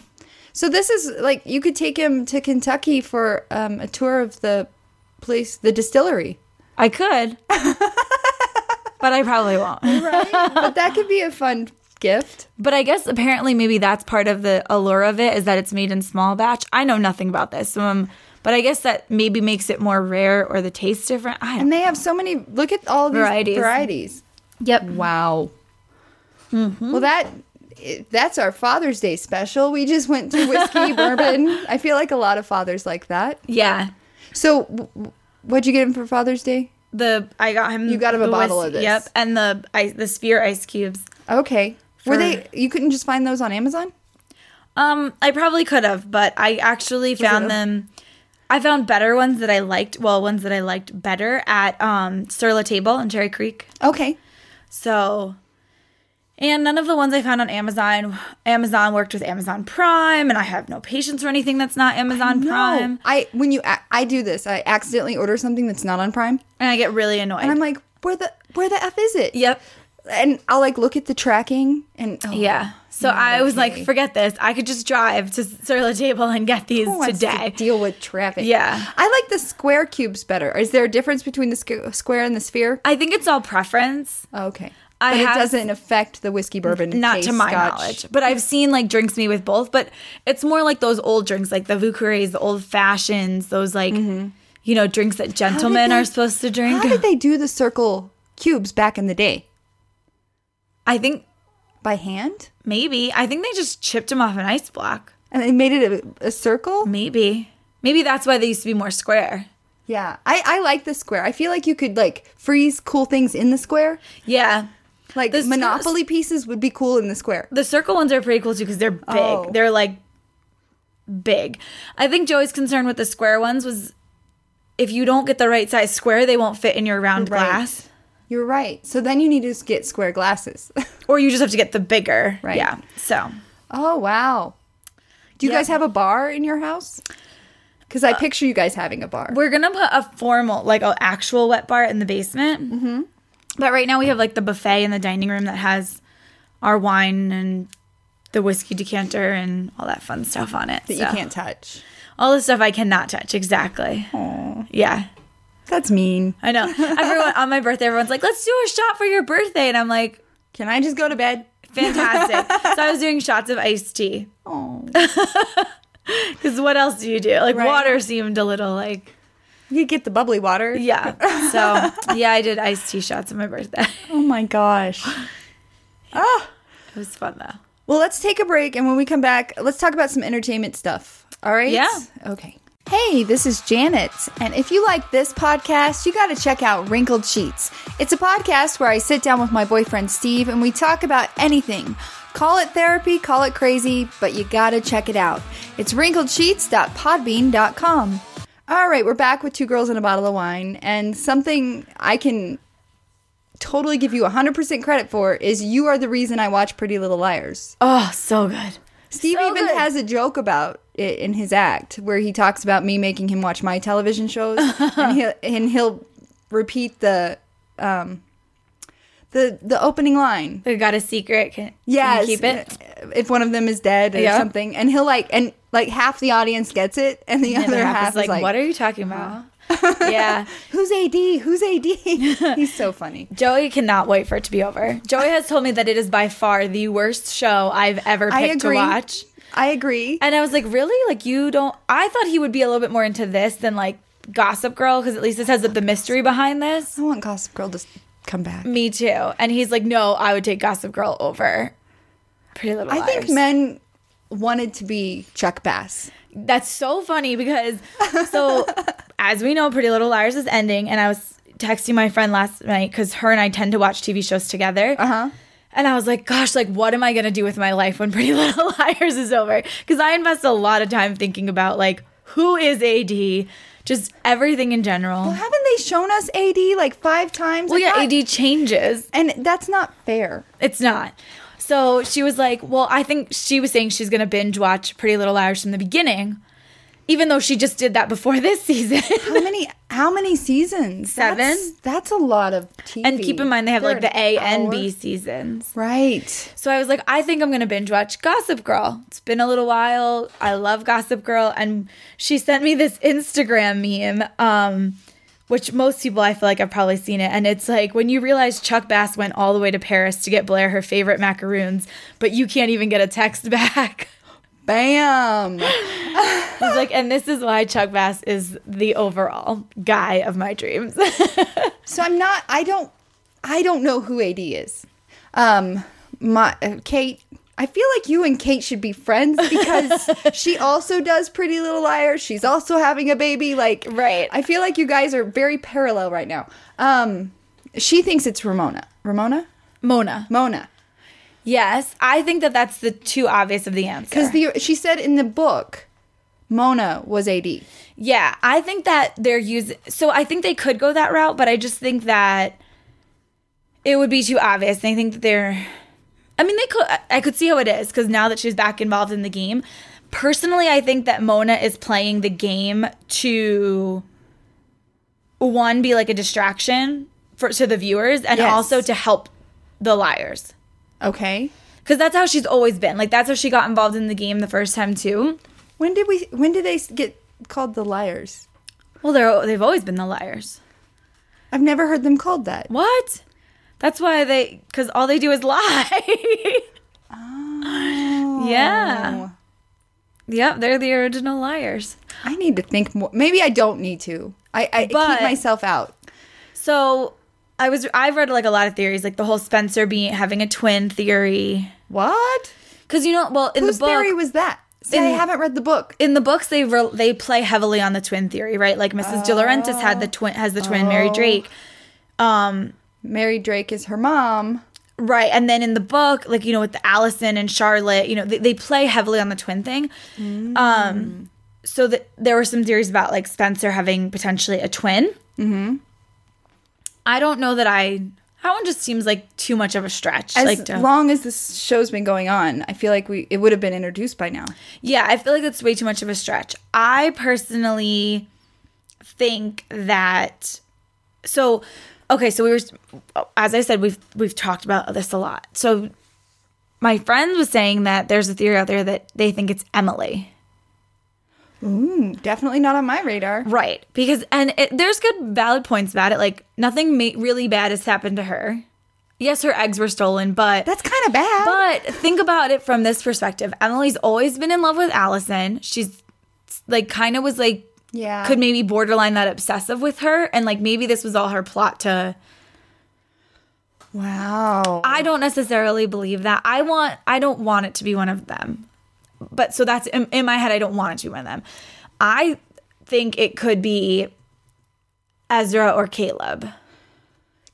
So this is like you could take him to Kentucky for um, a tour of the place, the distillery. I could, but I probably won't. but that could be a fun gift. But I guess apparently maybe that's part of the allure of it is that it's made in small batch. I know nothing about this, um, but I guess that maybe makes it more rare or the taste different. I don't. And they have so many. Look at all these Varieties. varieties. Yep. Mm-hmm. Wow. Well, that that's our Father's Day special. We just went through whiskey, bourbon. I feel like a lot of fathers like that. Yeah. So, w- w- what'd you get him for Father's Day? The I got him. You got him a the bottle whis- of this. Yep, and the ice, the sphere ice cubes. Okay. Were For- they? You couldn't just find those on Amazon? Um, I probably could have, but I actually found it a- them. I found better ones that I liked. Well, ones that I liked better at um, Sur La Table in Cherry Creek. Okay. So, and none of the ones I found on Amazon, Amazon worked with Amazon Prime, and I have no patience for anything that's not Amazon Prime, No, I when you a- I do this, I accidentally order something that's not on Prime, and I get really annoyed. and I'm like, where the where the f is it? yep, And I'll like look at the tracking, and oh, yeah. So I was like, forget this. I could just drive to Sur La Table and get these Who wants today. to deal with traffic. Yeah. I like the square cubes better. Is there a difference between the squ- square and the sphere? I think it's all preference, Oh, okay. I but have- it doesn't affect the whiskey bourbon. not to case, my scotch. knowledge. But I've seen like drinks me with both. But it's more like those old drinks, like the Vucurés, the old fashions, those like you know drinks that Mm-hmm. How did gentlemen they- are supposed to drink. How did they do the circle cubes back in the day? I think By hand? Maybe. I think they just chipped him off an ice block. And they made it a, a circle? Maybe. Maybe that's why they used to be more square. Yeah. I, I like the square. I feel like you could like freeze cool things in the square. Yeah. Like The squares- Monopoly pieces would be cool in the square. The circle ones are pretty cool too because they're big. Oh. They're like big. I think Joey's concern with the square ones was if you don't get the right size square, they won't fit in your round Right. glass. You're right. So then you need to just get square glasses. Or you just have to get the bigger. Right. Yeah. So Oh wow! Do you Yeah. guys have a bar in your house? Because I picture you guys having a bar. we're gonna put a formal, like an actual wet bar in the basement. Mm-hmm. But right now we have like the buffet in the dining room that has our wine and the whiskey decanter and all that fun stuff on it. That you so. can't touch. All the stuff I cannot touch. Exactly. Yeah. That's mean. I know. Everyone on my birthday, everyone's like, "Let's do a shot for your birthday," and I'm like, Can I just go to bed? "Fantastic!" so I was doing shots of iced tea. Because what else do you do? Like Right. water seemed a little like You get the bubbly water. yeah. So yeah, I did iced tea shots on my birthday. Oh my gosh. It was fun though. Well, let's take a break, and when we come back, let's talk about some entertainment stuff. All right? Yeah. Okay. Hey, this is Janet. And if you like this podcast, you got to check out Wrinkled Sheets. It's a podcast where I sit down with my boyfriend Steve and we talk about anything. Call it therapy, call it crazy, but you got to check it out. It's wrinkledsheets.podbean.com. All right, we're back with Two Girls and a Bottle of Wine. And something I can totally give you 100% credit for is you are the reason I watch Pretty Little Liars. Oh, so good. Steve So even good. has a joke about it in his act where he talks about me making him watch my television shows, and, he'll, and he'll repeat the um, the the opening line. We got a secret. Can, Yes, can you keep it. if one of them is dead or Yeah. something, and he'll like and like half the audience gets it, and the And other the half, half is like, "What are you talking about?" yeah. who's AD? Who's AD? He's so funny. Joey cannot wait for it to be over. Joey has told me that it is by far the worst show I've ever I picked to agree. watch. I agree. And I was like, really? Like you don't? I thought he would be a little bit more into this than like Gossip Girl because at least this has the mystery behind this. I want Gossip Girl to s- come back. Me too. And he's like, no, I would take Gossip Girl over Pretty Little I Liars. think men wanted to be Chuck Bass. That's so funny because so as we know, Pretty Little Liars is ending, and I was texting my friend last night because her and I tend to watch TV shows together. Uh huh. And I was like, gosh, like, what am I gonna do with my life when Pretty Little Liars is over? Because I invest a lot of time thinking about like who is AD, just everything in general. Haven't they shown us AD like five times? Well, Like, yeah, not- AD changes. And that's not fair. It's not. So she was like, Well, I think she was saying she's going to binge watch Pretty Little Liars from the beginning, even though she just did that before this season. How many? How many seasons? Seven? That's, that's a lot of TV. and keep in mind, they have They're like the A an and B hour. seasons. Right. So I was like, I think I'm going to binge watch Gossip Girl. It's been a little while. I love Gossip Girl. And she sent me this Instagram meme. Um, which most people I feel like have probably seen it. And it's like when you realize Chuck Bass went all the way to Paris to get Blair her favorite macaroons, but you can't even get a text back. Bam. He's like, and this is why Chuck Bass is the overall guy of my dreams. So I'm not. I don't. I don't know who AD is. Um, my uh, Kate. I feel like you and Kate should be friends because she also does Pretty Little Liars. She's also having a baby. Like, Right. I feel like you guys are very parallel right now. Um, she thinks it's Ramona. Ramona. Mona. Mona. Yes, I think that that's the too obvious of the answer. Because the she said in the book, Mona was AD. yeah, I think that they're using. So I think they could go that route, but I just think that it would be too obvious. And I think that they're. I mean, they could. I- I could see how it is because now that she's back involved in the game. Personally, I think that Mona is playing the game to one be like a distraction for to the viewers and Yes. also to help the liars. Okay. Because that's how she's always been. Like that's how she got involved in the game the first time too. When did we? When did they s- get called the liars? Well, they're they've always been the liars. I've never heard them called that. What? That's why they because all they do is lie. Oh. Yeah. Yep, they're the original liars. I need to think more. Maybe I don't need to. I, I But- keep myself out. So I was I've read like a lot of theories, like the whole Spencer being having a twin theory. What? Because you know, well, in Whose the book, theory was that? See, I In- haven't read the book. in the books they re- they play heavily on the twin theory, right? Like Oh. Mrs. De Laurentiis had the twin has the twin Mary Drake. Um, Mary Drake is her mom. Right. And then in the book, like, you know, with the Allison and Charlotte, you know, they, they play heavily on the twin thing. Um, so that there were some theories about like Spencer having potentially a twin. Mm-hmm. I don't know that I, that one just seems like too much of a stretch. As like, to- long as this show's been going on, I feel like we it would have been introduced by now. yeah, I feel like that's way too much of a stretch. I personally think that, so, okay, so we were, as I said, we've, we've talked about this a lot. So my friend was saying that there's a theory out there that they think it's Emily. Ooh, definitely not on my radar. Right. Because, and it, there's good valid points about it. Like, nothing ma- really bad has happened to her. Yes, her eggs were stolen, but. That's kind of bad. but think about it from this perspective. Emily's always been in love with Allison. She's like kind of was like yeah, could maybe borderline that obsessive with her and like maybe this was all her plot to wow. I don't necessarily believe that. I want I don't want it to be one of them. But so that's in, in my head I don't want it to be one of them. I think it could be Ezra or Caleb.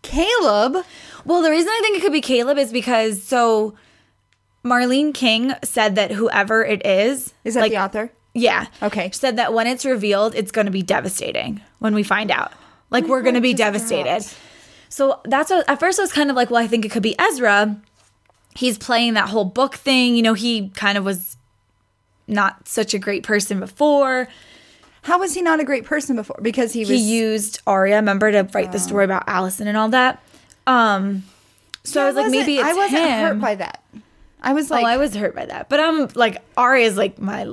Caleb. Well, the reason I think it could be Caleb is because so Marlene King said that whoever it is Is that like, the author? Yeah. Okay. Said that when it's revealed, it's going to be devastating when we find out. Oh Like, we're going to be devastated. So that's what, at first I was kind of like, well, I think it could be Ezra. He's playing that whole book thing. You know, he kind of was not such a great person before. How was he not a great person before? Because he was. He used Arya, remember, to write the story about Allison and all that. Um, so I was like, wasn't- maybe it's I wasn't him. hurt by that. I was like, oh, I was hurt by that. But I'm like, Arya is like my,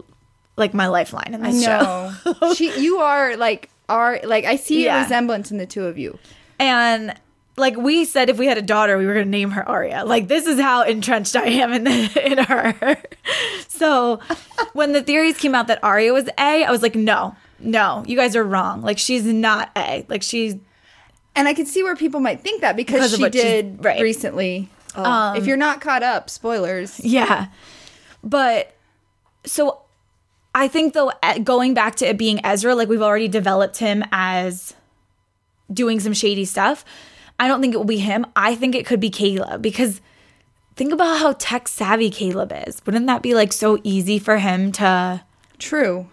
like my lifeline in I this show. know. she, you are like, are like, I see Yeah. a resemblance in the two of you. And like we said if we had a daughter we were going to name her Aria. Like this is how entrenched I am in the, in her. so when the theories came out that Aria was A, I was like no. No, you guys are wrong. Like she's not A. Like she's And I could see where people might think that because, Because of she what she's- did right. Oh. recently. if you're not caught up, spoilers. Yeah. But so I think though e- going back to it being Ezra, like we've already developed him as doing some shady stuff. I don't think it will be him. I think it could be Caleb because think about how tech savvy Caleb is. Wouldn't that be like so easy for him to True.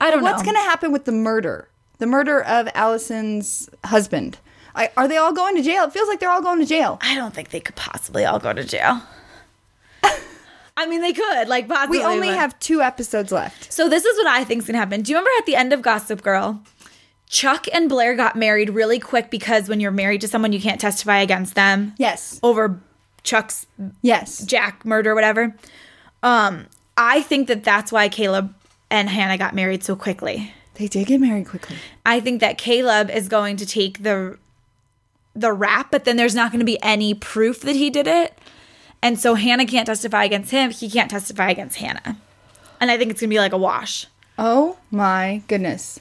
I don't What's know. going to happen with the murder? The murder of Allison's husband. I, are they all going to jail? It feels like they're all going to jail. I don't think they could possibly all go to jail. I mean they could, like possibly. We only but- have two episodes left. So this is what I think's gonna happen. Do you remember at the end of Gossip Girl, Chuck and Blair got married really quick because when you're married to someone, you can't testify against them Yes. over Chuck's Yes. Jack murder, whatever. Um, I think that that's why Caleb and Hannah got married so quickly. They did get married quickly. I think that Caleb is going to take the the rap, but then there's not going to be any proof that he did it, and so Hannah can't testify against him. He can't testify against Hannah, and I think it's gonna be like a wash. Oh my goodness.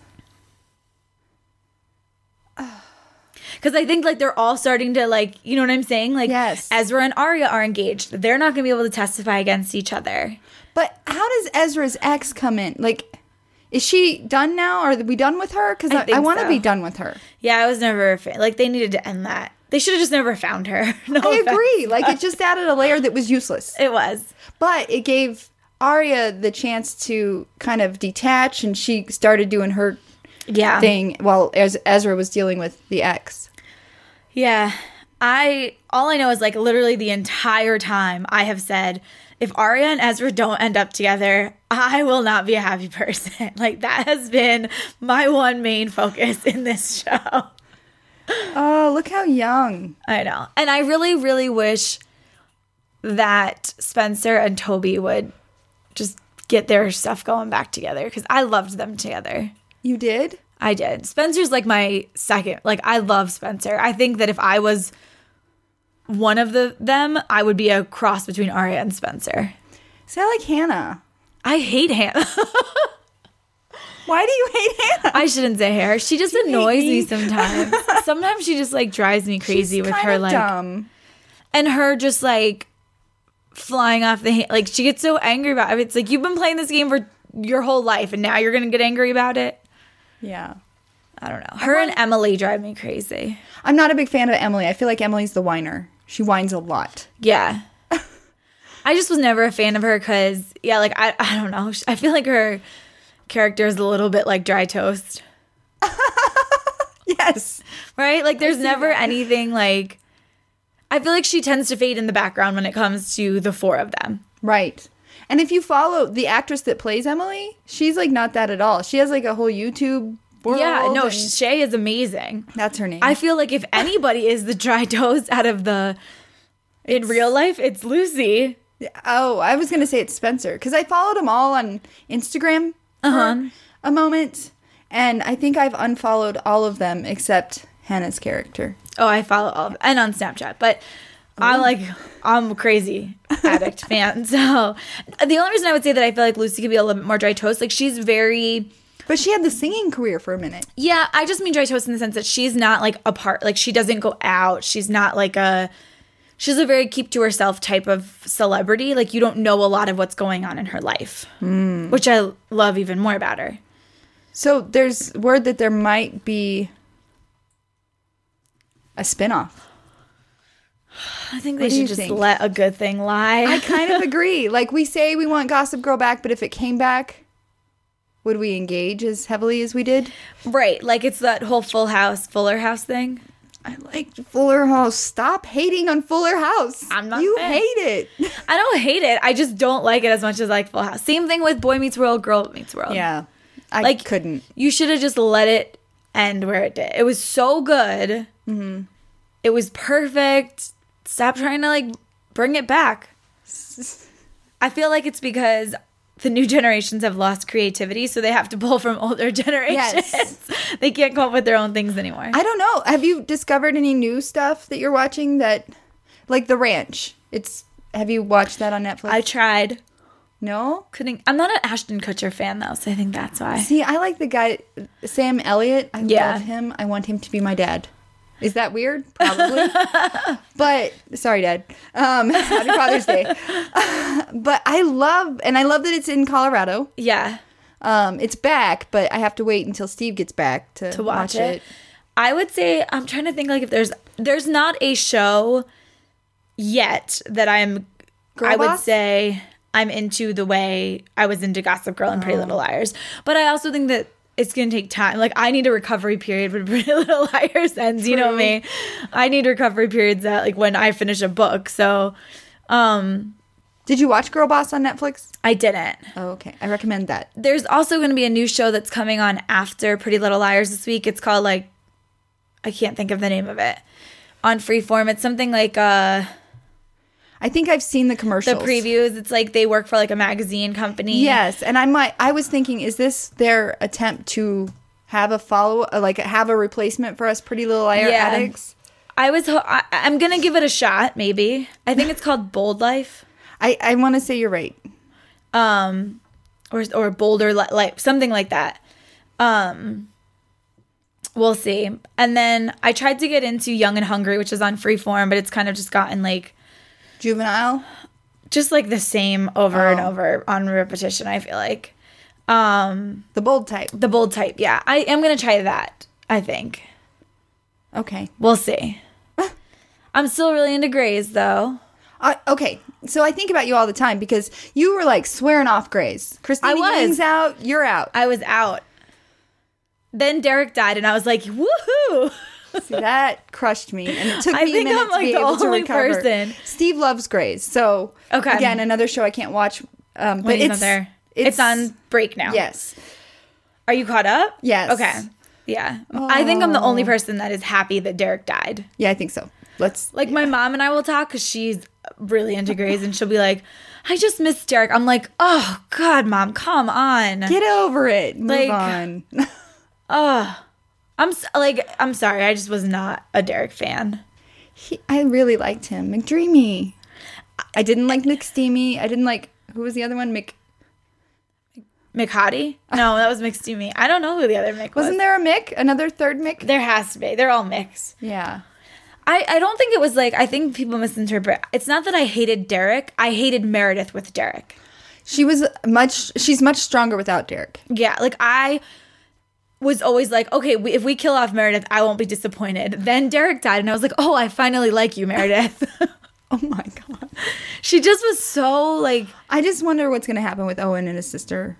Because I think like they're all starting to like, you know what I'm saying? Like, Yes. Ezra and Arya are engaged. They're not going to be able to testify against each other. But how does Ezra's ex come in? Like, is she done now? Are we done with her? Because I I, I, think want to so. be done with her. Yeah, I was never a fan. Like, they needed to end that. They should have just never found her. No, I offense. agree. Like, it just added a layer that was useless. It was. But it gave Arya the chance to kind of detach, and she started doing her Yeah. thing while Ez- Ezra was dealing with the ex. Yeah. I all I know is like literally the entire time I have said if Arya and Ezra don't end up together, I will not be a happy person. like that has been my one main focus in this show. Oh, look how young. I know. And I really, really wish that Spencer and Toby would just get their stuff going back together because I loved them together. You did? I did. Spencer's like my second. Like I love Spencer. I think that if I was one of the them, I would be a cross between Arya and Spencer. See, I like Hannah. I hate Hannah. Why do you hate Hannah? I shouldn't say her. She just annoys me me? sometimes. sometimes she just like drives me crazy with Kind her of like dumb. and her just like flying off the hand. Like she gets so angry about it. It's like you've been playing this game for your whole life, and now you're gonna get angry about it. Yeah. I don't know. Her and Emily drive me crazy. I'm not a big fan of Emily. I feel like Emily's the whiner. She whines a lot. Yeah. I just was never a fan of her because, yeah, like I, I don't know. I feel like her character is a little bit like dry toast, Yes. right? Like there's never anything like. I feel like she tends to fade in the background when it comes to the four of them. Right. And if you follow the actress that plays Emily, she's like not that at all. She has like a whole YouTube world. yeah, no, and- Shay is amazing. that's her name. I feel like if anybody is the dry toast out of the in real life, it's Lucy. oh, I was gonna say it's Spencer because I followed them all on Instagram Uh-huh. for a moment, and I think I've unfollowed all of them except Hannah's character. Oh, I follow all of, and on Snapchat, but I'm like I'm a crazy addict fan. So the only reason I would say that I feel like Lucy could be a little bit more dry toast, like she's very But she had the singing career for a minute. yeah. I just mean dry toast in the sense that she's not like a part, like she doesn't go out. She's not like a she's a very keep to herself type of celebrity. Like you don't know a lot of what's going on in her life, which I love even more about her. So there's word that there might be a spinoff. I think What they do should you just think? let a good thing lie. I kind of agree. Like we say we want Gossip Girl back, but if it came back, would we engage as heavily as we did? right, like it's that whole Full House, Fuller House thing. I like Fuller House. Stop hating on Fuller House. I'm not You saying- hate it. I don't hate it. I just don't like it as much as I like Full House. Same thing with Boy Meets World, Girl Meets World. I like couldn't. You should have just let it end where it did. It was so good. Mm-hmm. It was perfect. Stop trying to like bring it back. I feel like it's because the new generations have lost creativity, so they have to pull from older generations. they can't come up with their own things anymore. I don't know. Have you discovered any new stuff that you're watching that, like The Ranch? It's have you watched that on Netflix? I tried. no. Couldn't. I'm not an Ashton Kutcher fan though, so I think that's why. See, I like the guy Sam Elliott. I Yeah. love him. I want him to be my dad. Is that weird? Probably. but sorry, Dad. Um, happy Father's Day. but I love, and I love that it's in Colorado. Yeah. Um, it's back, but I have to wait until Steve gets back to, to watch, it. I would say I'm trying to think like if there's there's not a show yet that I'm Girl I would Boss? say I'm into the way I was into Gossip Girl and Pretty Little Liars. But I also think that it's gonna take time. Like I need a recovery period when Pretty Little Liars ends. You know me. I need recovery periods that like when I finish a book. So um Did you watch Girl Boss on Netflix? I didn't. Oh, okay. I recommend that. There's also going to be a new show that's coming on after Pretty Little Liars this week. It's called like I can't think of the name of it. On Freeform, it's something like uh I think I've seen the the commercials. previews. It's like they work for like a magazine company. Yes, and I might. I was thinking, is this their attempt to have a follow, like have a replacement for us Pretty Little Liar Yeah. addicts? I was ho- I, I'm going to give it a shot maybe. I think it's called Bold Life I I want to say you're right. um or or Bolder Li- Life, something like that. Um we'll see. And then I tried to get into Young and Hungry, which is on Freeform, but it's kind of just gotten like Juvenile. just like the same over Oh. and over on repetition i feel like um The bold type. the bold type yeah i am gonna try that i think Okay. we'll see i'm still really into grays though Uh, okay. So I think about you all the time because you were like swearing off Grays. Christina was. Ying's out. You're out. i was out then derek died and i was like woohoo See, that crushed me, and it took I me think a minute I'm, like, to be the able to only recover. person. Steve loves Grays, so Okay. Again, another show I can't watch. Um, but when he's it's not there it's, on break now Yes. are you caught up Yes. Oh. okay yeah i think i'm the only person that is happy that derek died Yeah, I think so. Let's Like my mom and I will talk because she's really into Grays, and she'll be like, "I just miss Derek." I'm like, "Oh God, mom, come on." get over it. Move Like- on. I'm s- like, I'm sorry, I just was not a Derek fan. He, I really liked him. McDreamy. I didn't like McSteamy. I didn't like who was the other one? Mick. McHottie? No, that was mixed to me. I don't know who the other Mick was. Wasn't there a Mick? Another third Mick? There has to be. They're all mixed. Yeah. I, I don't think it was like I think people misinterpret. It's not that I hated Derek. I hated Meredith with Derek. She was much. She's much stronger without Derek. Yeah, like I was always like, okay, we, if we kill off Meredith, I won't be disappointed. Then Derek died, and I was like, oh, I finally like you, Meredith. Oh my god. she just was so like, I just wonder what's gonna happen with Owen and his sister.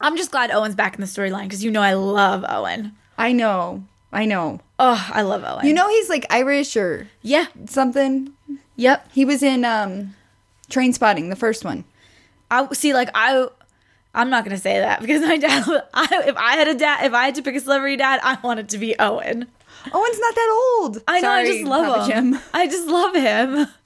I'm just glad Owen's back in the storyline because you know I love Owen. I know. I know. Oh, I love Owen. You know he's like Irish or yeah, something. yep. He was in um, Train Spotting, the first one. I see, like I. I'm not gonna say that because my dad. I, if I had a dad, if I had to pick a celebrity dad, I want it to be Owen. Owen's not that old. I know. I Sorry, just love Papa him. Jim. I just love him.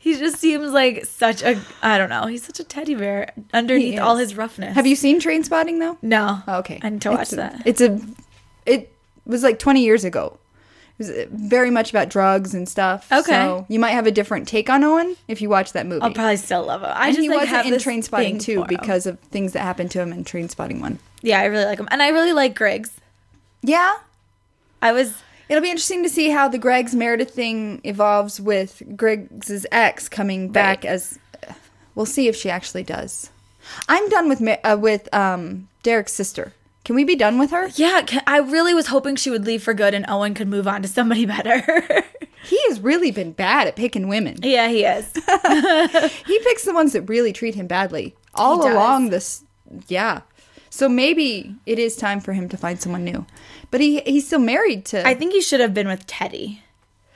He just seems like such a. I don't know. He's such a teddy bear underneath He all is. his roughness. Have you seen Train Spotting though? No. Okay. I need to watch It's a- that. It's a it was like 20 years ago. It was uh, very much about drugs and stuff. Okay. So you might have a different take on Owen if you watch that movie. I'll probably still love him. I and just he like, have wasn't in this Train Spotting thing too for him. because of things that happened to him in Train Spotting 1. yeah, I really like him, and I really like Griggs. Yeah. I was It'll be interesting to see how the Greg's Meredith thing evolves with Greg's ex coming back as we'll see if she actually does. I'm done with Ma- uh, with um, Derek's sister. Can we be done with her? yeah. ca- I really was hoping she would leave for good, and Owen could move on to somebody better. He has really been bad at picking women. yeah, he is. He picks the ones that really treat him badly all He does. along this. Yeah. So maybe it is time for him to find someone new. But he he's still married to. I think he should have been with Teddy.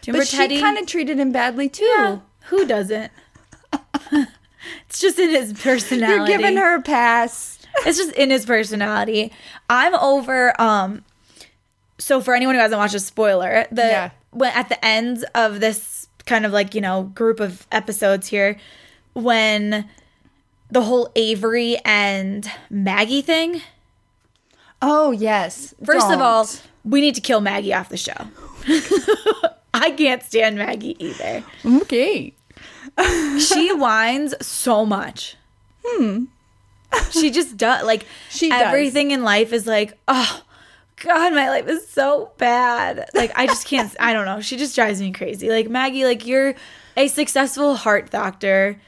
Do you remember but Teddy? she kind of treated him badly too. Yeah. Who doesn't? it's just in his personality. You're giving her a pass. it's just in his personality. I'm over um so for anyone who hasn't watched a spoiler, the Yeah. when at the end of this kind of like, you know, group of episodes here, when the whole Avery and Maggie thing. Oh yes. 1st of Don't. all, we need to kill Maggie off the show. I can't stand Maggie either. okay. She whines so much. Hmm. She just does like She does. everything in life is like, oh God, my life is so bad. Like I just can't I don't know. She just drives me crazy. Like Maggie, like you're a successful heart doctor.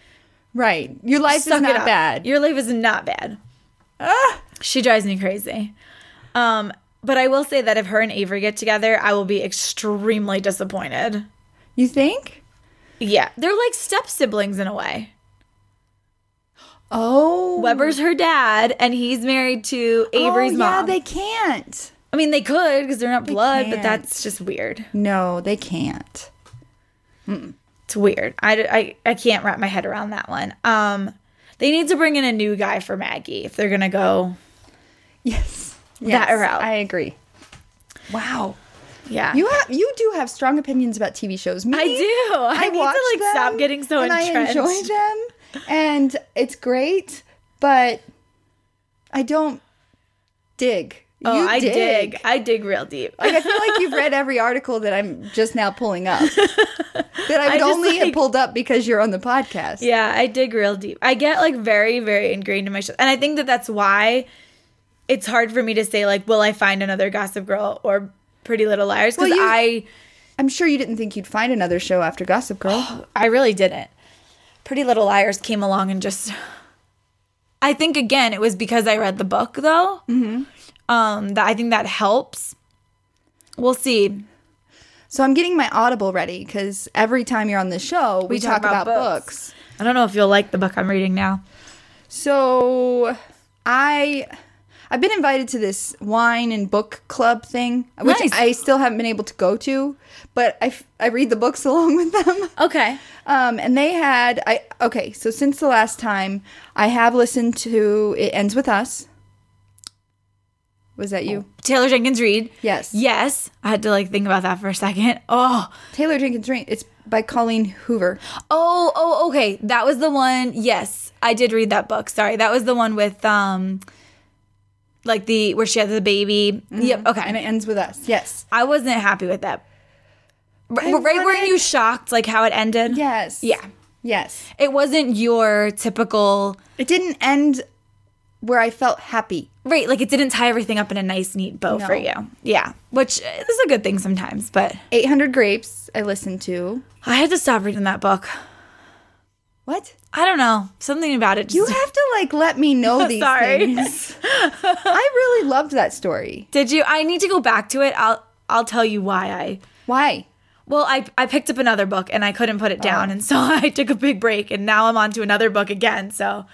Right. Your life Suck is it not up. bad. Ah. Your life is not bad. She drives me crazy. Um, but I will say that if her and Avery get together, I will be extremely disappointed. you think? Yeah, they're like step siblings in a way. Oh. Weber's her dad, and he's married to Avery's oh, mom. Yeah, they can't. I mean, they could because they're not blood, but can't. that's just weird. No, they can't. It's weird. I, I, I can't wrap my head around that one. Um, they need to bring in a new guy for Maggie if they're gonna go. Yes. That Yes, route. I agree. Wow. Yeah, You have you do have strong opinions about TV shows. Me, I do. I, need to watch like them, stop getting so and entrenched. I enjoy them, and it's great, but I don't dig. Oh, You I dig. I dig real deep. Like I feel like you've read every article that I'm just now pulling up. that I I would just, only have like- pulled up because you're on the podcast. yeah, I dig real deep. I get like very, very ingrained in my show. And I think that that's why it's hard for me to say, like, will I find another Gossip Girl or Pretty Little Liars? Because Well, you- I, I'm sure you didn't think you'd find another show after Gossip Girl. I really didn't. Pretty Little Liars came along and just. I think again, it was because I read the book though. Mm-hmm. Um, that I think that helps. We'll see. so I'm getting my Audible ready because every time you're on the show, we, talk, about, books. I don't know if you'll like the book I'm reading now. So I I've been invited to this wine and book club thing, which Nice. I still haven't been able to go to, but I, f- I read the books along with them. Okay. Um, and they had I okay, so since the last time I have listened to It Ends With Us. Was that you? Taylor Jenkins Reid. Yes. Yes. I had to like think about that for a second. Oh. Taylor Jenkins Reid. It's by Colleen Hoover. Oh, oh, okay. That was the one. Yes. I did read that book. Sorry. That was the one with um like the where she had the baby. Yep. Mm-hmm. And it Okay. ends with us. Yes. I wasn't happy with that. R- I right weren't you wanted- shocked like how it ended? Yes. Yeah. Yes. It wasn't your typical It didn't end where I felt happy. Right, like it didn't tie everything up in a nice neat bow for No. you. Yeah. Which uh, is a good thing sometimes, but 800 Grapes I listened to. I had to stop reading that book. What? I don't know. Something about it just You have to like let me know these Sorry. things. I really loved that story. Did you? I need to go back to it. I'll I'll tell you why I. Why? Well, I I picked up another book and I couldn't put it down, and so I took a big break, and now I'm on to another book again. So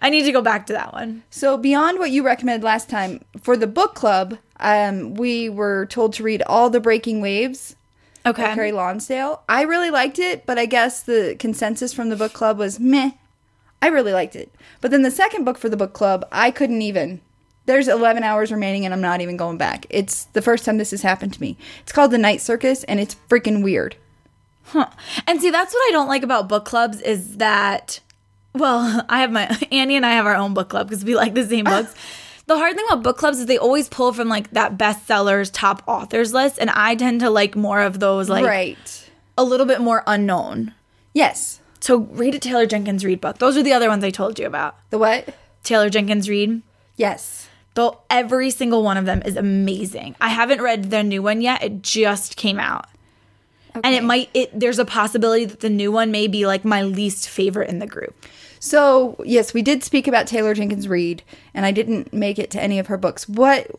I need to go back to that one. So beyond what you recommended last time for the book club, um, we were told to read all the Breaking Waves by Okay. Carrie Lonsdale. I really liked it, but I guess the consensus from the book club was meh. I really liked it, but then the second book for the book club, I couldn't even. There's 11 hours remaining, and I'm not even going back. It's the first time this has happened to me. It's called The Night Circus, and it's freaking weird. And see, that's what I don't like about book clubs is that, well, I have my Annie and I have our own book club because we like the same books. the hard thing about book clubs is they always pull from like that bestsellers top authors list, and I tend to like more of those like right. a little bit more unknown. Yes. So read a Taylor Jenkins Reid book. Those are the other ones I told you about. The what? Taylor Jenkins Reid. Yes. Though every single one of them is amazing. I haven't read their new one yet. It just came out. And it might it there's a possibility that the new one may be like my least favorite in the group. So, yes, we did speak about Taylor Jenkins Reid, and I didn't make it to any of her books. What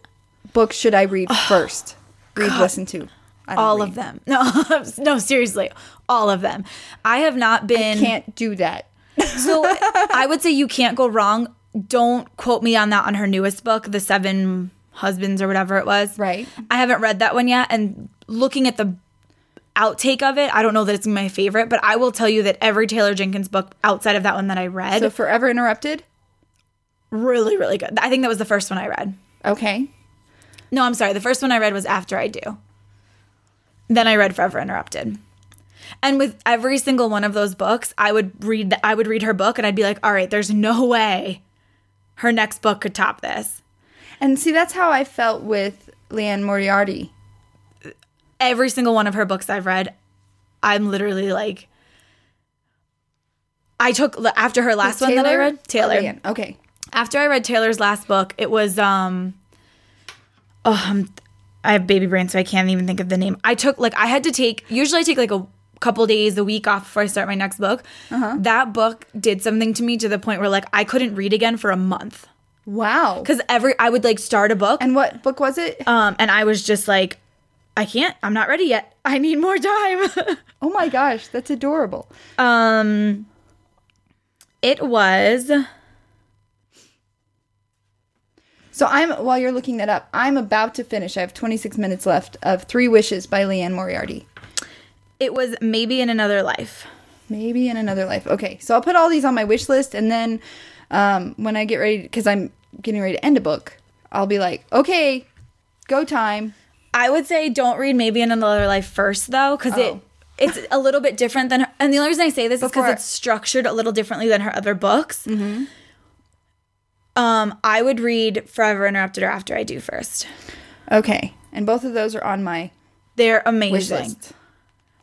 book should I read first? Read, listen to. I don't All read. of them. No, no, seriously. All of them. I have not been Can't do that. so I would say you can't go wrong. Don't quote me on that on her newest book, The Seven Husbands or whatever it was. Right. I haven't read that one yet. And looking at the outtake of it, I don't know that it's my favorite, but I will tell you that every Taylor Jenkins book outside of that one that I read, So, Forever Interrupted? really, really good. I think that was the first one I read. Okay. No, I'm sorry. The first one I read was After I Do. Then I read Forever Interrupted. And with every single one of those books, I would read the, I would read her book and I'd be like, "All right, there's no way her next book could top this." And see, that's how I felt with Leanne Moriarty. Every single one of her books I've read, I'm literally like I took after her last one that I read, Taylor. Or Oh, Leanne? Okay. after I read Taylor's last book, it was um oh I'm, I have baby brain so I can't even think of the name. I took like I had to take usually I take like a couple days a week off before I start my next book. That book did something to me to the point where like I couldn't read again for a month Wow. cuz every I would like start a book And what book was it? um and I was just like I can't. I'm not ready yet. I need more time. Oh my gosh, that's adorable. Um, it was So I'm while you're looking that up, I'm about to finish. I have 26 minutes left of Three Wishes by Leanne Moriarty. it was maybe in another life. Maybe in another life. Okay, so I'll put all these on my wish list, and then um, when I get ready, because I'm getting ready to end a book, I'll be like, okay, go time. I would say don't read maybe in another life first though, because it it's a little bit different than her, and the only reason I say this is Oh. Before- Mm-hmm. because it's structured a little differently than her other books. Um, I would read Forever Interrupted or After I Do first. Okay, and both of those are on my They're wish amazing. list.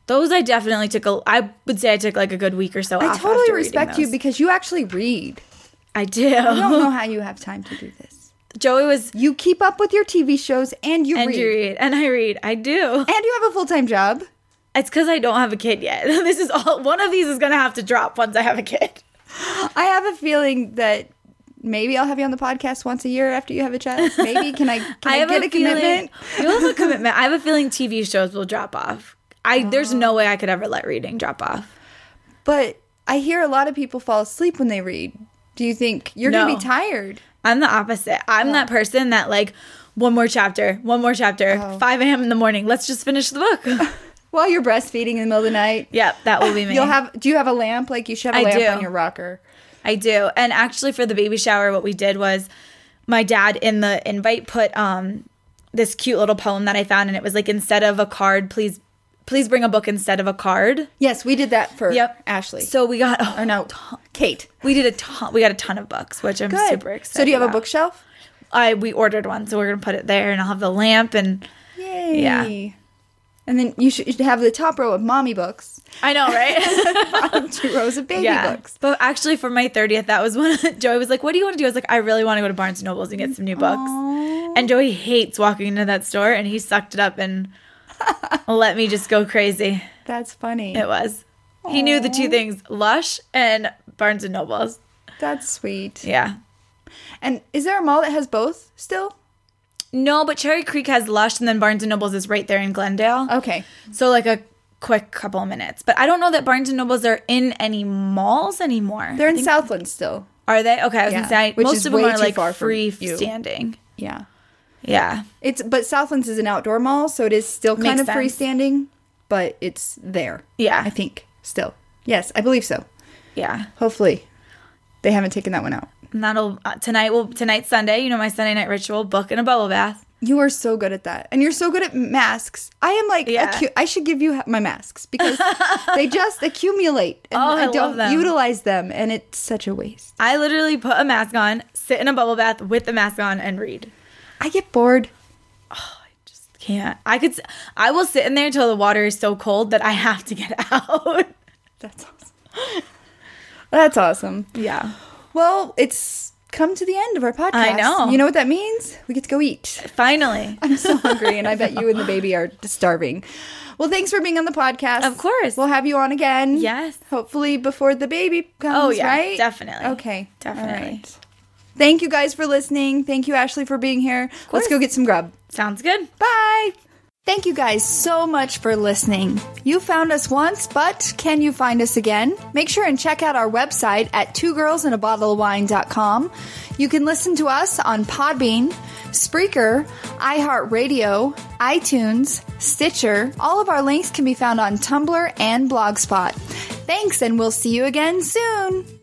Those I definitely took a. I would say I took like a good week or so. I off totally after reading respect you those. because you actually read. I do. I don't know how you have time to do this. Joey was You keep up with your TV shows and you and read. you read and I read. I do. and you have a full time job. It's because I don't have a kid yet. This is all. One of these is gonna have to drop once I have a kid. I have a feeling that maybe I'll have you on the podcast once a year after you have a child. Maybe can I can I, get a, commitment? You'll have a commitment. I have a feeling TV shows will drop off. I there's Oh. no way I could ever let reading drop off. But I hear a lot of people fall asleep when they read. Do you think you're gonna No. be tired? I'm the opposite. I'm that person that like one more chapter, one more chapter, Oh. 5 a.m. in the morning. Let's just finish the book. While you're breastfeeding in the middle of the night. yep, that will be me. You'll have do you have a lamp? Like you should have a I lamp do. on your rocker. I do. And actually for the baby shower, what we did was my dad in the invite put um this cute little poem that I found and it was like instead of a card, please please bring a book instead of a card. Yes, we did that for Yep. Ashley. So we got oh, or no, Kate. we did a ton we got a ton of books, which I'm Good. super excited. So do you have about. a bookshelf? I we ordered one, so we're gonna put it there and I'll have the lamp and Yay. Yeah. And then you should you should have the top row of mommy books, I know, right? two rows of baby yeah. books. But actually for my 30th, that was when Joey was like, What do you want to do? I was like, I really want to go to Barnes and Nobles and get some new books. And Joey hates walking into that store and he sucked it up and let me just go crazy. That's funny. It was. He knew the two things, Lush and Barnes and Nobles. That's sweet. Yeah. And is there a mall that has both still? No, but Cherry Creek has Lush and then Barnes and Nobles is right there in Glendale. Okay. So like a quick couple of minutes. But I don't know that Barnes and Nobles are in any malls anymore. They're in Southland still. Are they? Okay, I was Yeah, gonna say I- which most is of them way are too like far from you. freestanding. Yeah. Yeah. It's but Southlands is an outdoor mall, so it is still kind Makes of sense. freestanding, but it's there. Yeah. I think still. Yes, I believe so. Yeah. Hopefully. They haven't taken that one out. And that'll uh, tonight will tonight's Sunday, you know my Sunday night ritual, book and a bubble bath. You are so good at that. And you're so good at masks. I am like Yeah. accu- I should give you ha- my masks because they just accumulate and Oh, I I love don't them. utilize them and it's such a waste. I literally put a mask on, sit in a bubble bath with the mask on and read. I get bored. Just can't. I could s- I will sit in there till the water is so cold that I have to get out. That's awesome. That's awesome. yeah. Well, it's come to the end of our podcast. I know. You know what that means? We get to go eat. Finally. I'm so hungry, and I bet you and the baby are starving. Well, thanks for being on the podcast. Of course. We'll have you on again. Yes. Hopefully before the baby comes, Oh, yeah, right? definitely. Okay. Definitely. All right. Thank you guys for listening. Thank you, Ashley, for being here. Let's go get some grub. Sounds good. Bye. Thank you guys so much for listening. You found us once, but can you find us again? Make sure and check out our website at twogirlsinabottleofwine.com. You can listen to us on Podbean, Spreaker, iHeartRadio, iTunes, Stitcher. All of our links can be found on Tumblr and Blogspot. Thanks, and we'll see you again soon.